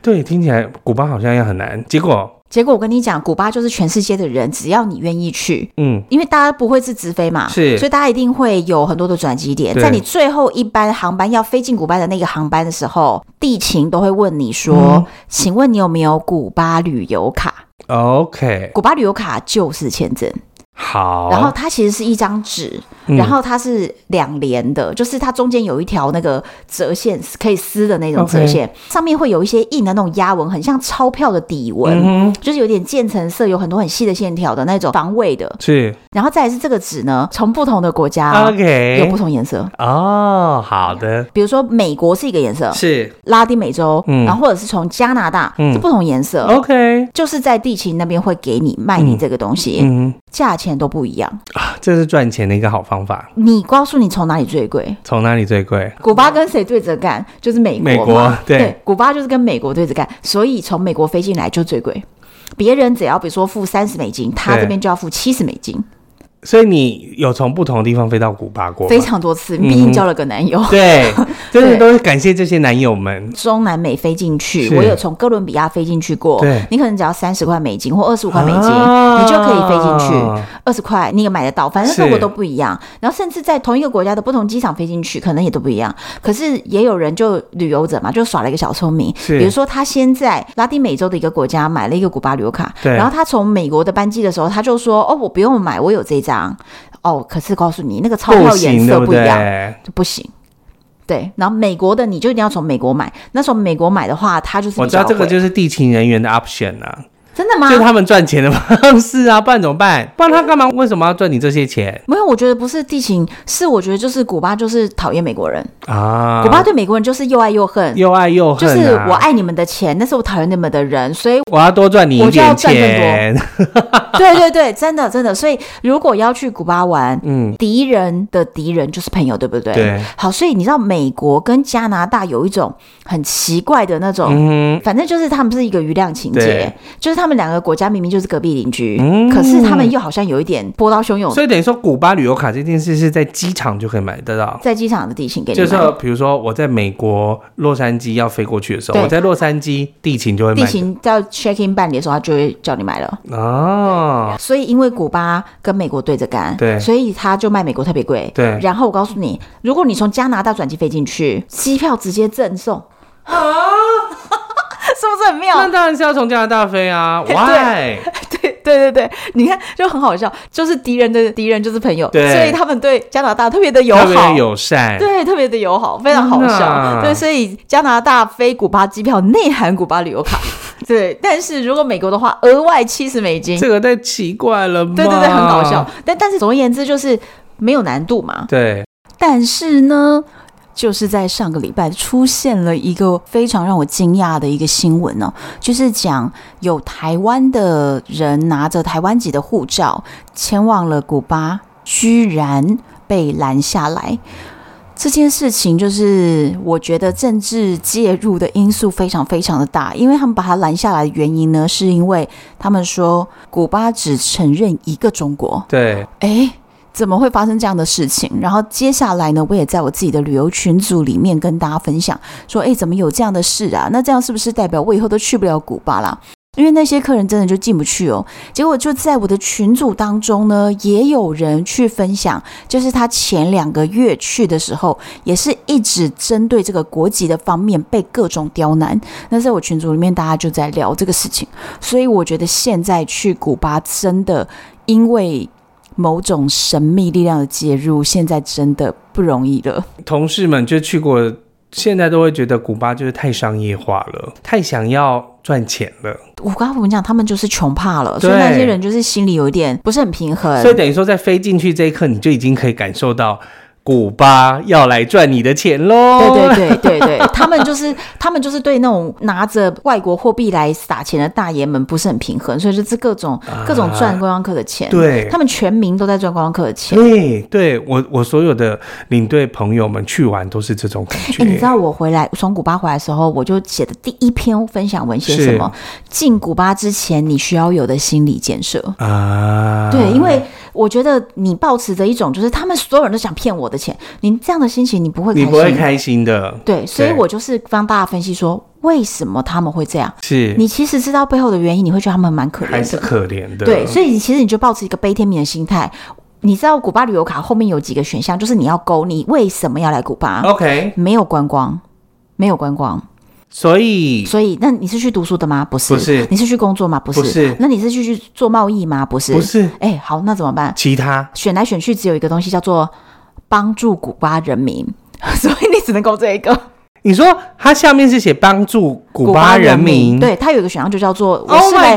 对，听起来古巴好像也很难，结果结果我跟你讲，古巴就是全世界的人，只要你愿意去。嗯，因为大家不会是直飞嘛，是所以大家一定会有很多的转机点。对在你最后一班航班要飞进古巴的那个航班的时候，地勤都会问你说：“嗯请问你有没有古巴旅游卡？” OK，古巴旅游卡就是签证，好，然后它其实是一张纸，嗯然后它是两连的，就是它中间有一条那个折线可以撕的那种折线上面会有一些印的那种压纹，很像钞票的底纹。嗯哼，就是有点渐层色，有很多很细的线条的那种防卫的，是然后再来是这个纸呢，从不同的国家、有 OK，不同颜色，哦，好的，比如说美国是一个颜色，是拉丁美洲，嗯然后或者是从加拿大、嗯是不同颜色。 OK，就是在地勤那边会给你卖你这个东西，嗯，价钱都不一样。这是赚钱的一个好方法。你告诉你从哪里最贵？从哪里最贵？古巴跟谁对着干？就是美国嘛。美国对古巴就是跟美国对着干，所以从美国飞进来就最贵。别人只要比如说付三十美金，他对这边就要付七十美金，所以你有从不同的地方飞到古巴过吗？非常多次。嗯毕竟交了个男友，对，真的对都是感谢这些男友 [LAUGHS] 们。中南美飞进去，是我有从哥伦比亚飞进去过对。你可能只要三十块美金或二十五块美金，啊你就可以飞进去。二十块你也买得到，反正各国都不一样。然后甚至在同一个国家的不同机场飞进去，可能也都不一样。可是也有人就旅游者嘛，就耍了一个小聪明，是比如说他先在拉丁美洲的一个国家买了一个古巴旅游卡，对然后他从美国的班机的时候，他就说：“哦，我不用买，我有这张。”哦，可是告诉你，那个钞不票颜行，对色不不一样。对？就不行。对，然后美国的你就一定要从美国买，那从美国买的话，它就是我比知道较这个贵就是地勤人员的 option 啊，真的吗就？是他们赚钱的方式啊，不然怎么办？不然他干嘛？为什么要赚你这些钱没有，我觉得不是地勤，是我觉得就是古巴就是讨厌美国人，啊？古巴对美国人就是又爱又恨，又爱又就恨、啊，是我，爱你们的钱，但是我讨厌你们的人，所以 [LAUGHS] 我要多赚你一我就要点赚更多钱。对对对，真的真的，所以如果要去古巴玩，嗯，敌人的敌人就是朋友，对不对？对。好，所以你知道美国跟加拿大有一种很奇怪的那种，反正就是他们是一个余量情节嗯对，就是他们两个国家明明就是隔壁邻居，嗯可是他们又好像有一点波涛汹涌。所以等于说，古巴旅游卡这件事是在机场就可以买得到。在机场的地勤给你就们，是说比如说我在美国洛杉矶要飞过去的时候，对我在洛杉矶地勤就会买地勤在 check in 办理的时候，他就会叫你买了。哦，所以因为古巴跟美国对着干，对所以他就卖美国特别贵。对然后我告诉你，如果你从加拿大转机飞进去，机票直接赠送，是不是很妙？那当然是要从加拿大飞 [LAUGHS] 啊，Why？对对对对，你看就很好笑，就是敌人的敌人就是朋友，对所以他们对加拿大特别的友特别好的。友善，对，特别的友好，非常好天哪笑。对，所以加拿大飞古巴机票内含古巴旅游卡，对。但是如果美国的话，额外七十美金。这个太奇怪了吧？对对对，很搞笑。。但但是总而言之，就是没有难度嘛。对，但是呢，就是在上个礼拜出现了一个非常让我惊讶的一个新闻哦，就是讲有台湾的人拿着台湾籍的护照前往了古巴，居然被拦下来。这件事情就是我觉得政治介入的因素非常非常的大，因为他们把他拦下来的原因呢，是因为他们说古巴只承认一个中国。对，诶，哎怎么会发生这样的事情？然后接下来呢，我也在我自己的旅游群组里面跟大家分享说，哎诶，怎么有这样的事啊？那这样是不是代表我以后都去不了古巴啦？因为那些客人真的就进不去哦。结果就在我的群组当中呢，也有人去分享，就是他前两个月去的时候，也是一直针对这个国籍的方面被各种刁难。那在我群组里面，大家就在聊这个事情，所以我觉得现在去古巴真的因为某种神秘力量的介入，现在真的不容易了。同事们就去过，现在都会觉得古巴就是太商业化了，太想要赚钱了，我刚刚我们讲，他们就是穷怕了，所以对那些人就是心里有一点不是很平衡。所以等于说在飞进去这一刻，你就已经可以感受到古巴要来赚你的钱喽。对对对对对， [LAUGHS] 他们就是他们就是对那种拿着外国货币来撒钱的大爷们不是很平衡，所以就是各种、各种赚观光客的钱。啊对他们全民都在赚观光客的钱。对对，我我所有的领队朋友们去玩都是这种感觉。哎、你知道我回来从古巴回来的时候，我就写的第一篇分享文写什么？进古巴之前，你需要有的心理建设。啊？对，因为我觉得你抱持着一种就是他们所有人都想骗我的钱，你这样的心情你不会开你心。不会开心的，对，所以对我就是帮大家分析说为什么他们会这样。是你其实知道背后的原因，你会觉得他们蛮可还怜是的。可怜的。对，所以其实你就抱持一个悲天悯人的心态。你知道古巴旅游卡后面有几个选项，就是你要勾你为什么要来古巴， OK，没有观光，没有观光，所以所以那你是去读书的吗？不是，不是你是去工作吗？不是，不是那你是去去做贸易吗？不是，不。是哎、好，那怎么办？其他选来选去只有一个东西叫做帮助古巴人民， [LAUGHS] 所以你只能勾这一 [LAUGHS] 个。你说它下面是写帮助古巴人民，对，它有一个选项就叫做我，Oh 是来 my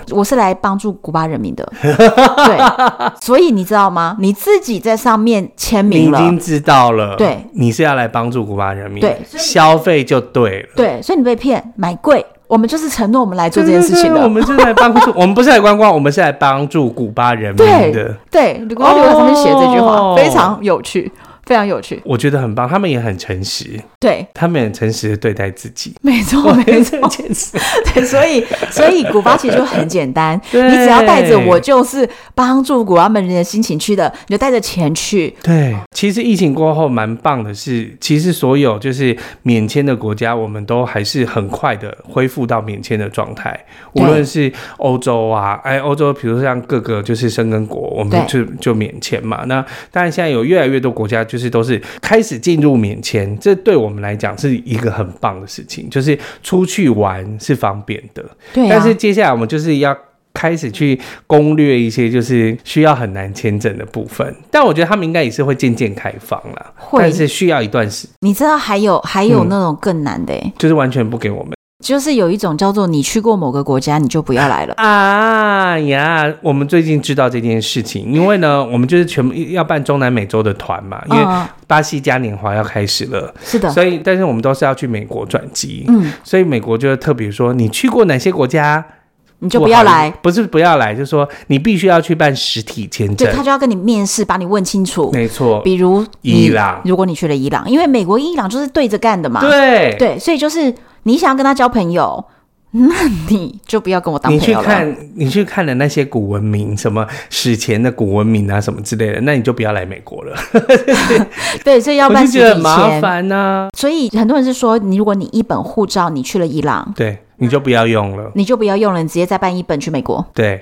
god，我是来帮助古巴人民的， [LAUGHS] 对，所以你知道吗？你自己在上面签你名已了经，知道了，对，你是要来帮助古巴人民，对消费就对了。对，所以你被骗买贵，我们就是承诺我们来做这件事情对对对我的，们是来帮助， [LAUGHS] 我们不是来观光，我们是来帮助古巴人民的对。对，国外留在上面写这句话哦非常有趣，非常有趣，我觉得很棒，他们也很诚实，对，他们很诚实的对待自 [LAUGHS] 己。 [LAUGHS] 没错我觉没得错这，件事对， [LAUGHS] 所以所以古巴其实就很简单， [LAUGHS] 对你只要带着我就是帮助古巴们人的心情去的，你就带着钱去，对，哦其实疫情过后蛮棒的是，其实所有就是免签的国家，我们都还是很快的恢复到免签的状态。对无论是欧洲啊，哎，欧洲比如说像各个就是申根国，我们就就免签嘛。那当然现在有越来越多国家就是都是开始进入免签，这对我们来讲是一个很棒的事情，就是出去玩是方便的。对啊，但是接下来我们就是要开始去攻略一些就是需要很难签证的部分，但我觉得他们应该也是会渐渐开放啦，会但是需要一段时，你知道还有还有嗯那种更难的、欸就是完全不给我们就是有一种叫做你去过某个国家，你就不要来了。啊呀！我们最近知道这件事情，因为呢，我们就是全部要办中南美洲的团嘛，因为嗯，巴西嘉年华要开始了，是的，所以但是我们都是要去美国转机，嗯，所以美国就特别说你去过哪些国家。你就不要来好，不是不要来，就是说你必须要去办实体签证对。他就要跟你面试，把你问清楚。没错，比如伊你朗如果你去了伊朗，因为美国跟伊朗就是对着干的嘛，对，对，所以就是你想要跟他交朋友，那你就不要跟我当你朋去友了。看你去看了那些古文明，什么史前的古文明啊，什么之类的，那你就不要来美国了，对，所以要我办就实觉得体很麻签。烦呐、所以很多人是说，你如果你一本护照你去了伊朗，对，你就不要用了，你就不要用了，你直接再办一本去美国，对，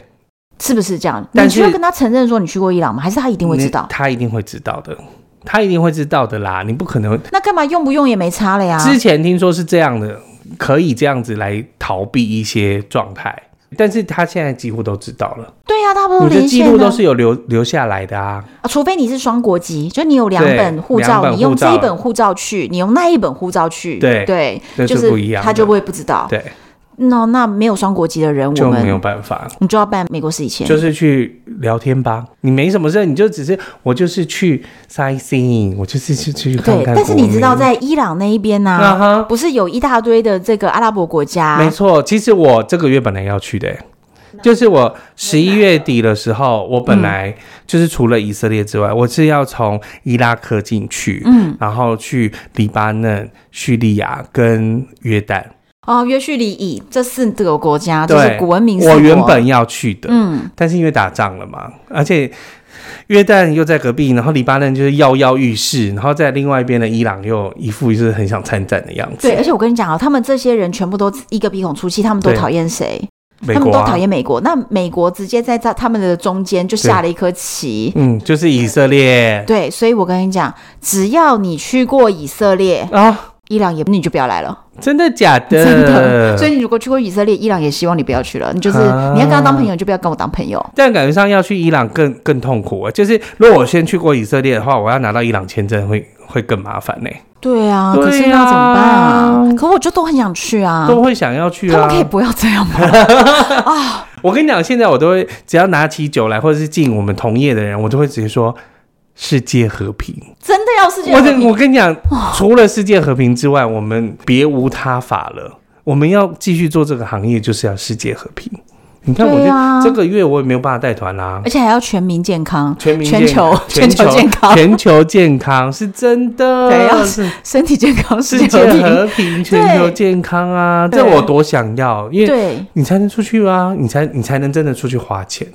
是不是这样？你但需要是跟他承认说你去过伊朗吗？还是他一定会知道你？他一定会知道的，他一定会知道的啦，你不可能。那干嘛用不用也没差了呀。之前听说是这样的，可以这样子来逃避一些状态。但是他现在几乎都知道了，对啊呀、大部分你的哦连记线录的都是有留留下来的啊。啊除非你是双国籍，就你有两对本护两照，本你用护照这一本护照去，你用那一本护照去，对对，那就是不一样的他就不会不知道。对，那那没有双国籍的人，我就没有们办法。你就要办美国事以前，就是去聊天吧，你没什么事，你就只是我就是去 sightseeing，我就是去去看对。看。但是你知道，，在啊伊朗那一边呢、啊哈不是有一大堆的这个阿拉伯国家？没错，其实我这个月本来要去的、欸就是我十一月底的时候，我本来就是除了以色列之外，我是要从伊拉克进去，嗯，然后去黎巴嫩、叙利亚跟约旦，哦，约叙里以这四个国家，就对，是古文明四国。我原本要去的，嗯，但是因为打仗了嘛，而且约旦又在隔壁，然后黎巴嫩就是摇摇欲试，然后在另外一边的伊朗又一副就是很想参战的样子。对，而且我跟你讲啊，他们这些人全部都一个鼻孔出气，他们都对讨厌谁？美他们国、都啊讨、厌美国。那美国直接在在他们的中间就下了一颗棋。嗯，就是以色列对，所以我跟你讲，只要你去过以色列、啊、伊朗也，你就不要来了，真的假的？ [LAUGHS] 真的。所以你如果去过以色列、伊朗，也希望你不要去了。你就是、呃啊你要跟他当朋友，你就不要跟我当朋友。但感觉上要去伊朗更更痛苦啊！就是如果我先去过以色列的话，我要拿到伊朗签证会会更麻烦呢、对啊，可是对啊那怎么办啊？可我就都很想去啊。都会想要去他啊。们可以不要这样吗？ [LAUGHS] 我跟你讲，现在我都会只要拿起酒来，或者是敬我们同业的人，我都会直接说世界和平。真的要世界我和跟平我跟你讲，除了世界和平之外，我们别无他法了。我们要继续做这个行业，就是要世界和平。你看，我对就、啊这个月我也没有办法带团啦、而且还要全民健康、全民全健球康、全球健康、 [LAUGHS] 全球健康是真的，对要 [LAUGHS] 是身体健康、世界和平。和平、全球健康啊！对这我多想要，因为对，你才能出去啊，你才你才能真的出去花钱，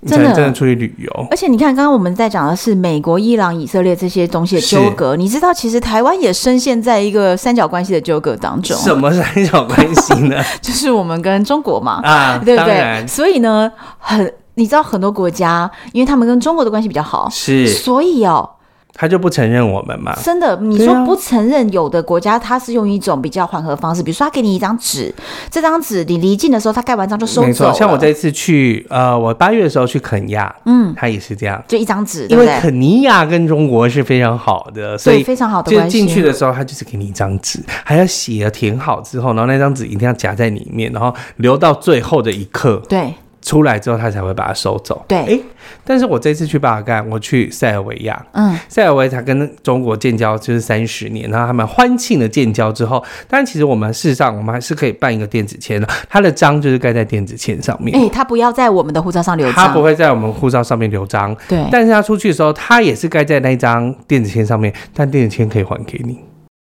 你才真能的真的出去旅游。而且你看，刚刚我们在讲的是美国、伊朗、以色列这些东西的纠葛，你知道，其实台湾也深陷在一个三角关系的纠葛当中，什么三角关系 [LAUGHS] 呢？就是我们跟中国嘛，啊，对不当对？然所以呢，很你知道很多国家，因为他们跟中国的关系比较好，是，所以哦，他就不承认我们嘛。真的，你对说啊不承认有的国家，它是用一种比较缓和方式，比如说他给你一张纸，这张纸你离境的时候，他盖完章就收没走错，了，像我这次去，呃，我八月的时候去肯亚，嗯，他也是这样，就一张纸，对因不为对？肯尼亚跟中国是非常好的，所对，以非常好的就关系。进去的时候，他就是给你一张纸，还要写填好之后，然后那张纸一定要夹在里面，然后留到最后的一刻对出来之后，他才会把它收走。对诶，但是我这次去巴尔干，我去塞尔维亚，嗯，塞尔维亚跟中国建交就是三十年，然后他们欢庆的建交之后，但其实我们事实上我们还是可以办一个电子签的，它的章就是盖在电子签上面，哎、他不要在我们的护照上留它章，嗯不会在我们护照上面留章，对，但是它出去的时候，它也是盖在那一张电子签上面，但电子签可以还给你，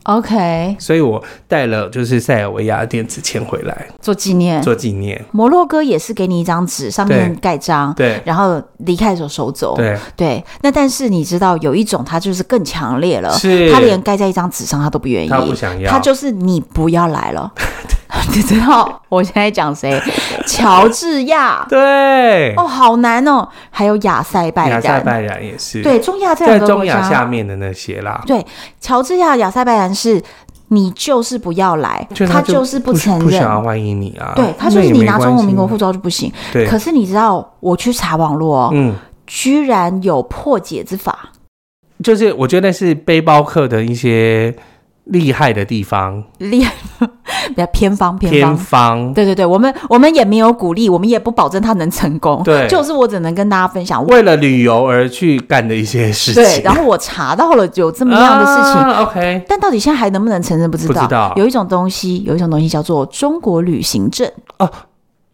OK，所以我带了就是塞尔维亚的电子签回来做纪念。做纪念，摩洛哥也是给你一张纸，上面对盖章，对然后离开的时候收走。对对那但是你知道有一种，它就是更强烈了，是他连盖在一张纸上他都不愿意，他不想要，他就是你不要来 [LAUGHS] 了。你知道我现在讲谁？乔治亚对哦，好难哦，还有亚塞拜亚然，塞拜然也是，对中亚这在两个中国亚家，下面的那些啦，对乔治亚、亚塞拜然是。你就是不要来，就他就就是不不承不认想，要欢迎你啊，对他那就是也你没拿关中华系民国护照就不行。对，可是你知道，我去查网络、哦，嗯，居然有破解之法。就是我觉得那是背包客的一些厉害的地方，厉害， [LAUGHS] 比较偏方偏偏方。方，对对对，我们我们也没有鼓励，我们也不保证他能成功。对就是我只能跟大家分享。我为了旅游而去干的一些事情，对，然后我查到了有这么样的事情，啊，OK，但到底现在还能不能承认不知道。不知道有一种东西，有一种东西叫做中国旅行证，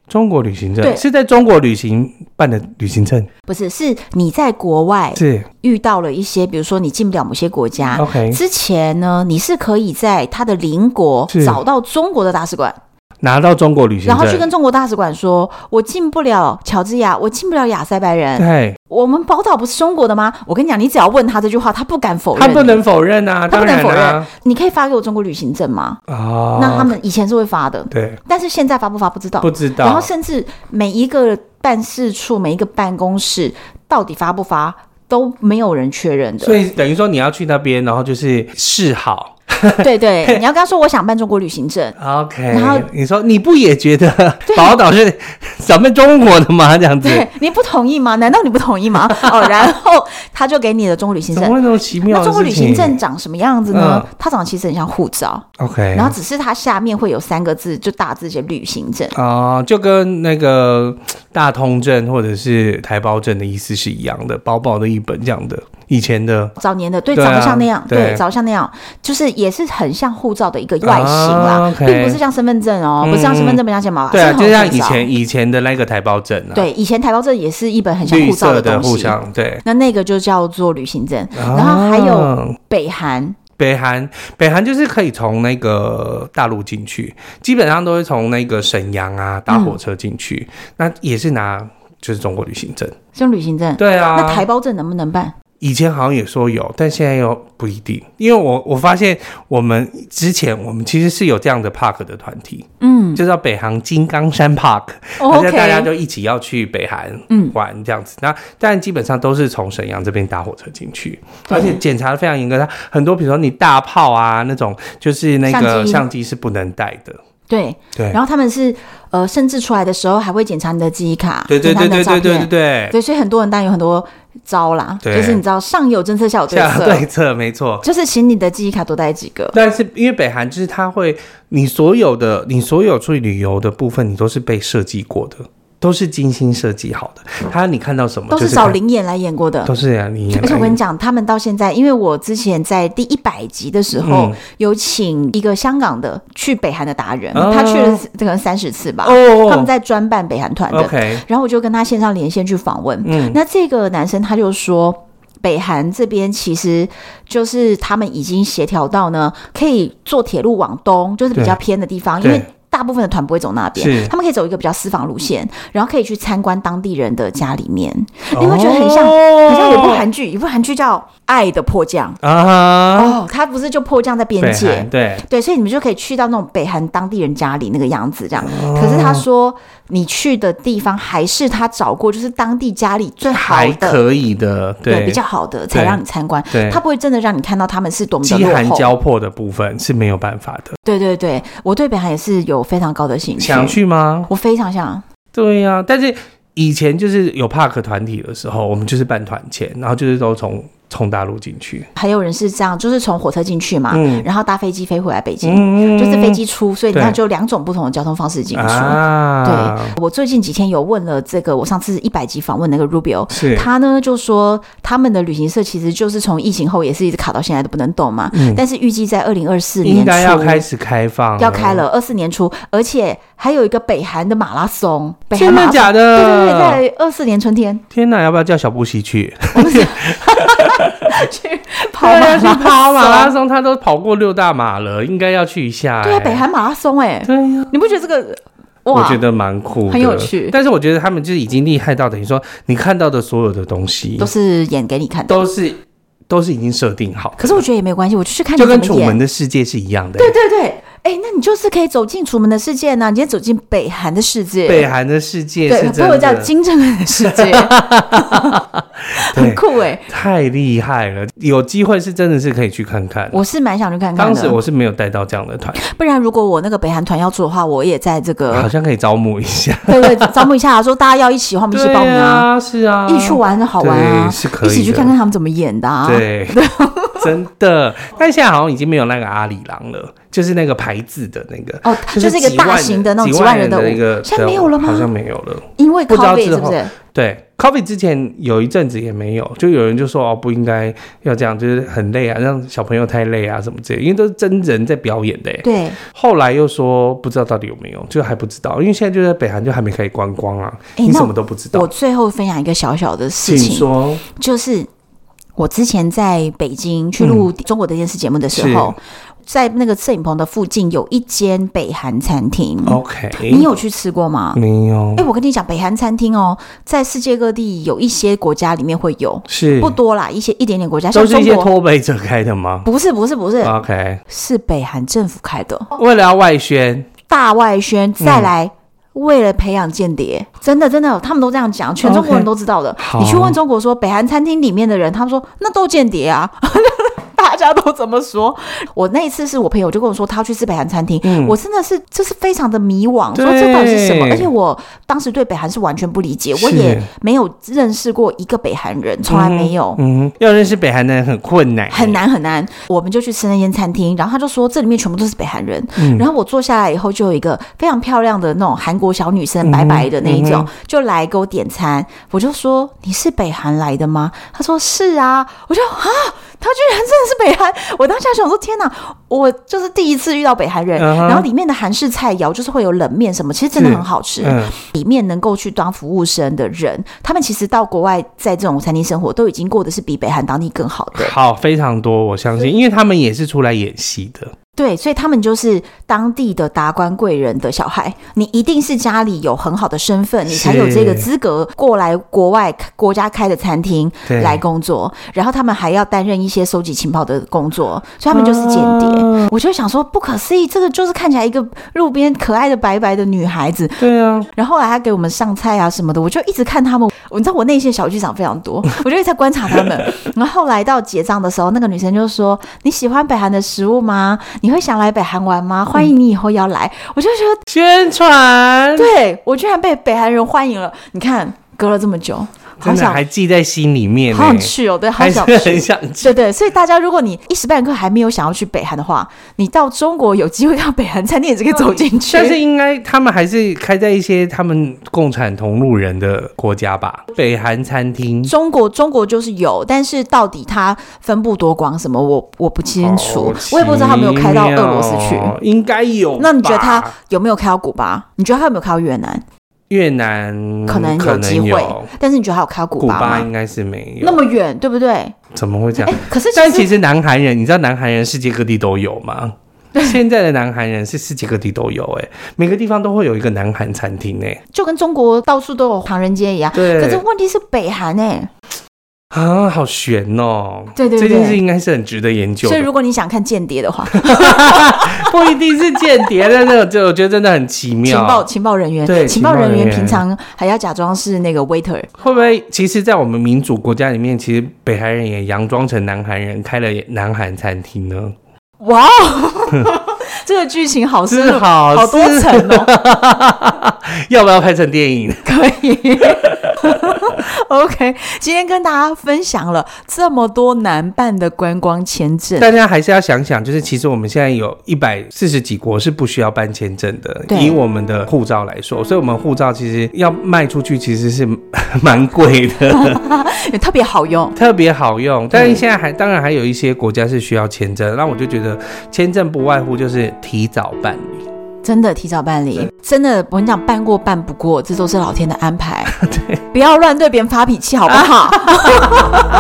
中国旅行对证是在中国旅行办的旅行证，不是，是你在国外是遇到了一些，比如说你进不了某些国家， OK，之前呢，你是可以在他的邻国是找到中国的大使馆，拿到中国旅行然后去证，跟中国大使馆说：“我进不了乔治亚，我进不了亚塞拜然，对，我们宝岛不是中国的吗？”我跟你讲，你只要问他这句话，他不敢否认，他不能，否认啊，他不当能然否认。啊，你可以发给我中国旅行证吗？啊，那他们以前是会发的，对但是现在发不发不知道。不知道，然后甚至每一个办事处、每一个办公室到底发不发都没有人确认所的。以等于说你要去那边，然后就是示好。 [LAUGHS] 对 [LAUGHS] 对，你要跟他说我想办中国旅行证， OK，然后你说你不也觉得宝岛是咱们中国的吗？这样子， [LAUGHS] [LAUGHS] 对，你不同意吗？难道你不同意吗？哦，然后他就给你的中国旅行怎 [LAUGHS] 么会证。那么奇那妙的中国旅行事情证长什么样子呢？嗯它长其实很像护照， ，OK，然后只是它下面会有三个字，就大字写旅行证。啊、就跟那个大通证或者是台胞证的意思是一样的，薄薄的一本这样的。以前的早年的对，对啊长得像那样，对对，长得像那样，就是也是很像护照的一个外形啦啊，，OK 并不是像身份证哦，不是像身份证，不像健保卡，对啊，是就很像护以照前以前的那个台胞证啊，，对以前台胞证也是一本很像绿护照色的哦东互西，相对。那那个就叫做旅行证，然后还有啊北韩，北韩，北韩就是可以从那个大陆进去，基本上都会从那个沈阳啊搭火车进去，那也是拿就是中国旅行证。是用旅行证。对啊，那台胞证能不能办？以前好像也说有，但现在又不一定，因为我我发现我们之前我们其实是有这样的 park 的团体，嗯就叫北航金刚山 park，哦大家大家，OK，就一起要去北韩嗯玩这样子。那但基本上都是从沈阳这边搭火车进去，对而且检查的非常严格，它很多比如说你大炮啊那种，就是那相个机相机是不能带的。对。对然后他们是呃，甚至出来的时候还会检查你的记忆卡，对对检查对你的对照对对对片。对，对，所以很多人当然有很多招啦，就对是你知道上有政策，下有对下策， [LAUGHS] 对策没错。就是请你的记忆卡多带几个。但是因为北韩就是它会，你所有的你所有去旅游的部分，你都是被设计过的，都是精心设计好的。它你看到什么都就是找看林演来演过的。都是啊，你而且我跟你讲，他们到现在，因为我之前在第一百集的时候、嗯有请一个香港的去北韩的达人，哦他去了这个三十次吧，哦，他们在专办北韩团的。 OK，然后我就跟他线上连线去访问。嗯那这个男生他就说，北韩这边其实就是他们已经协调到呢，可以坐铁路往东，就是比较对偏的地方，因对为。大部分的团不会走那边是，他们可以走一个比较私房路线，然后可以去参观当地人的家里面，哦，你会觉得很像很好像有部韩剧，有部韩剧叫《爱的迫降》啊哈，哦，它不是就迫降在边北界韩，对，对，所以你们就可以去到那种北韩当地人家里那个样子这样。可是他说你去的地方还是他找过，就是当地家里最好还的，可以的，对比较好的才对让你参观。对他。不会真的让你看到他们是多么的饥寒落交后。迫的部分是没有办法的，对对对，我对北韩也是有非常高的兴趣，想去吗？我非常想。对呀、但是以前就是有 park 团体的时候，我们就是办团签，然后就是都从从大陆进去，还有人是这样，就是从火车进去嘛，嗯啊然后搭飞机飞回来北京，嗯就是飞机出，所以对那就两种不同的交通方式进出。啊，对我最近几天有问了这个，我上次一百集访问那个 Rubio，是他呢就说他们的旅行社其实就是从疫情后也是一直卡到现在都不能动嘛，但是预计在二零二四年嗯应该要初开始开放，要开，了，二四年初，而且还有一个北韩的马拉松，北韩真马拉的松假对的？对对，在二四年春天天哪，要不要叫小布希去？ [LAUGHS] 去跑马对啊，拉去松，跑马拉松，他都跑过六大马了，应该要去一下、对啊，哎北韩马拉松哎、对呀、你不觉得这个我哇？觉得蛮酷的，很有趣但是我觉得他们就是已经厉害到等于说，你看到的所有的东西都是演给你看的，都是都是已经设定好的，可是我觉得也没关系，我就去看你就怎跟么楚演门。的世界是一样的、对对对，哎，那你就是可以走进楚门的世界呢、你今天走进北韩的世界，北韩的世界对，是不真过叫的，金正恩的世 [LAUGHS] 界，很对，酷哎，太厉害了！有机会是真的是可以去看看。我是蛮想去看看当时的。我是没有带到这样的团，不然如果我那个北韩团要做的话，我也在这 [LAUGHS] 好个像可以招募一下。对对招募一下，说大家要一起的话，我们一起报名对啊，啊，是啊，一起去玩好玩啊对，是可以一的起去看看他们怎么演的啊。对， [LAUGHS] 真的。但现在好像已经没有那个阿里郎了，就是那个牌子的那个，哦，就是一个几万大型的那种几几万人人的那舞，个，现在没有了好像吗？没有了。因为不知道 COVID 之是不后是？对，coffee 之前有一阵子也没有，就有人就说哦，不应该要这样，就是很累啊，让小朋友太累啊什么之类的，因为都是真人在表演的耶。欸对，后来又说不知道到底有没有，就还不知道，因为现在就在北韩就还没开始观光啊，诶你那什么都不知我道。最后分享一个小小的事请情，说，就是我之前在北京去嗯录中国的电视节目的时候，在那个摄影棚的附近有一间北韩餐厅， OK，嗯你有去吃过吗？没有哎、？我跟你讲，北韩餐厅哦，在世界各地有一些国家里面会有，是不多啦，一些一点点国家，像都是中一些啊国，脱北者开的吗不是不是不是，哦？OK，是北韩政府开的为了要外宣，大外宣，再来。为了培养间谍，真的真的，他们都这样讲，全中国人嗯 OK 都知道的。好 [LAUGHS] 你去问中国说北韩餐厅里面的人，他们说那都间谍啊，大家家都这么说。我那一次是我朋友就跟我说，他要去吃北韩餐厅，我真的是就是非常的迷惘，说嗯对这到底是什么？而且我当时对北韩是完全不理解，我是也没有认识过一个北韩人，从来没有。嗯，要认识北韩的人很困难，很。难很难，我们就去吃那间餐厅，然后他就说这里面全部都是北韩人，嗯然后我坐下来以后就有一个非常漂亮的那种韩国小女生，白白的那一嗯种，就来给我点餐，我就说你是北韩来的吗？她说是啊，我就啊，她居然真的是北韩，我当下想说天哪，我就是第一次遇到北韩人，嗯哼然后里面的韩式菜肴就是会有冷面什么，其实真的是很好吃，嗯，里面能够去当服务生的人，他们其实到国外在这种餐厅生活，都已经过得是比北韩当地更好的。好，非常多，我相信，因为他们也是出来演戏的，对，所以他们就是当地的达官贵人的小孩。你一定是家里有很好的身份，你才有这个资格过来国外国家开的餐厅对，来工作。然后他们还要担任一些收集情报的工作，所以他们就是间谍。啊我就想说，不可思议，这个就是看起来一个路边可爱的白白的女孩子，对啊，然后后来他给我们上菜啊什么的，我就一直看他们。我你知道我内心的小剧场非常多， [LAUGHS] 我就一直在观察他们。然后后来到结账的时候，那个女生就说：“你喜欢北韩的食物吗？你会想来北韩玩嗯吗？欢迎你以后要来。我就觉得，宣传，对我居然被北韩人欢迎了。你看，隔了这么久，好真的想还记在心里面呢，好想去哦，对，好还是想很去。想去。对对，所以大家，如果你一时半刻还没有想要去北韩的话，你到中国有机会到北韩餐厅也是可以走进去。但是应该他们还是开在一些他们共产同路人的国家吧，北韩餐厅。中国中国就是有，但是到底它分布多广什么，我我不清楚，我也不知道他有没有开到俄罗斯去。哦好奇妙哦，应该有吧。那你觉得他有没有开到古巴？你觉得他有没有开到越南？越南可能有机会，有但是你觉得他有开到古古巴巴吗？应该是没有。那么远，对 [LAUGHS] 不对？哎、怎么会这样？可是但其实实南韩人，你知道南韩人世界各地都有吗？现在的南韩人是世界各地都有、哎，每个地方都会有一个南韩餐厅、哎，就跟中国到处都有唐人街一样。对可是问题是北韩哎、啊，好悬哦、对对这件对事应该是很值得研究所以的，如果你想看间谍的话， [LAUGHS] 不一定是间谍，但是我觉得我觉得真的很奇情 [LAUGHS] 妙。报情报人员，对情报情报人人员员平常还要假装是那个 waiter，会不会其实，在我们民主国家里面，其实北韩人也佯装成南韩人，开了南韩餐厅呢？哇 [LAUGHS] [LAUGHS] 哦，这个剧情好深是入，好好多是层哦。要不要拍成电 [LAUGHS] 影？可以。OK，今天跟大家分享了这么多难办的观光签证。大家还是要想想，就是其实我们现在有一百四十几国是不需要办签证的，对以我们的护照来说，所以我们护照其实要卖出去其实是蛮贵 [LAUGHS] 的，也特别好用。特别好用。但是现在还当然还有一些国家是需要签证，那我就觉得签证不外乎就是提早办理。真的提早办理，真的我跟你讲，办过办不过，这都是老天的安 [LAUGHS] 排。不要乱对别人发脾气，好不好？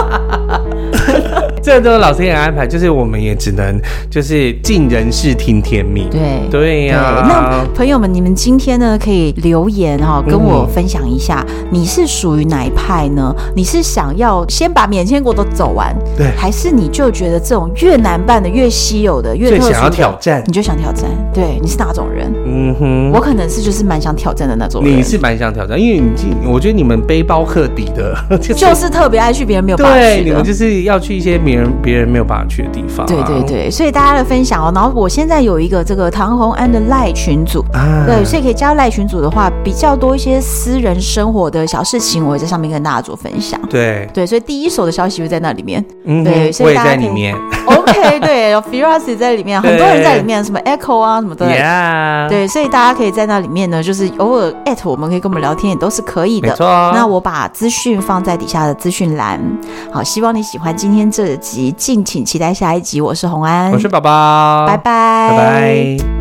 这都是老天爷安排，就是我们也只能就是尽人事听天命。对。对对，呀、那朋友们，你们今天呢可以留言嗯哈、哦，跟我分享一下，你是属于哪一派呢？你是想要先把免签国都走完，对还是你就觉得这种越难办的、越稀有的、越最特殊想要的，挑战，你就想挑战，对，你是哪种人？嗯哼，我可能是就是蛮想挑战的那种人，你是蛮想挑战，因为你进，我觉得你们背包客底 [LAUGHS] 的，就就是特别爱去别人没有办法对，去你的们。就是要去一些别人别人没有办法去的地方、啊对对，对，所以大家的分享哦，然后我现在有一个这个唐红安的赖群组，啊，对，所以可以加入赖群组的话，比较多一些私人生活的小事情，我会在上面跟大家做分享。对，对，所以第一手的消息会在那里 [LAUGHS] 面。嗯哼对所以我也大家在可以里面 OK，对有，Firas 也在里面，很多人在里面，什么 Echo 啊什么的。 [LAUGHS] ，Yeah，，对，所以大家可以在那里面呢，就是偶尔 at 我们，可以跟我们聊天，也都是可以没的。错，那我把资讯放在底下的资讯栏。好，希望你喜欢今天这集，敬请期待下一集。我是红安，我是宝宝，拜拜，拜拜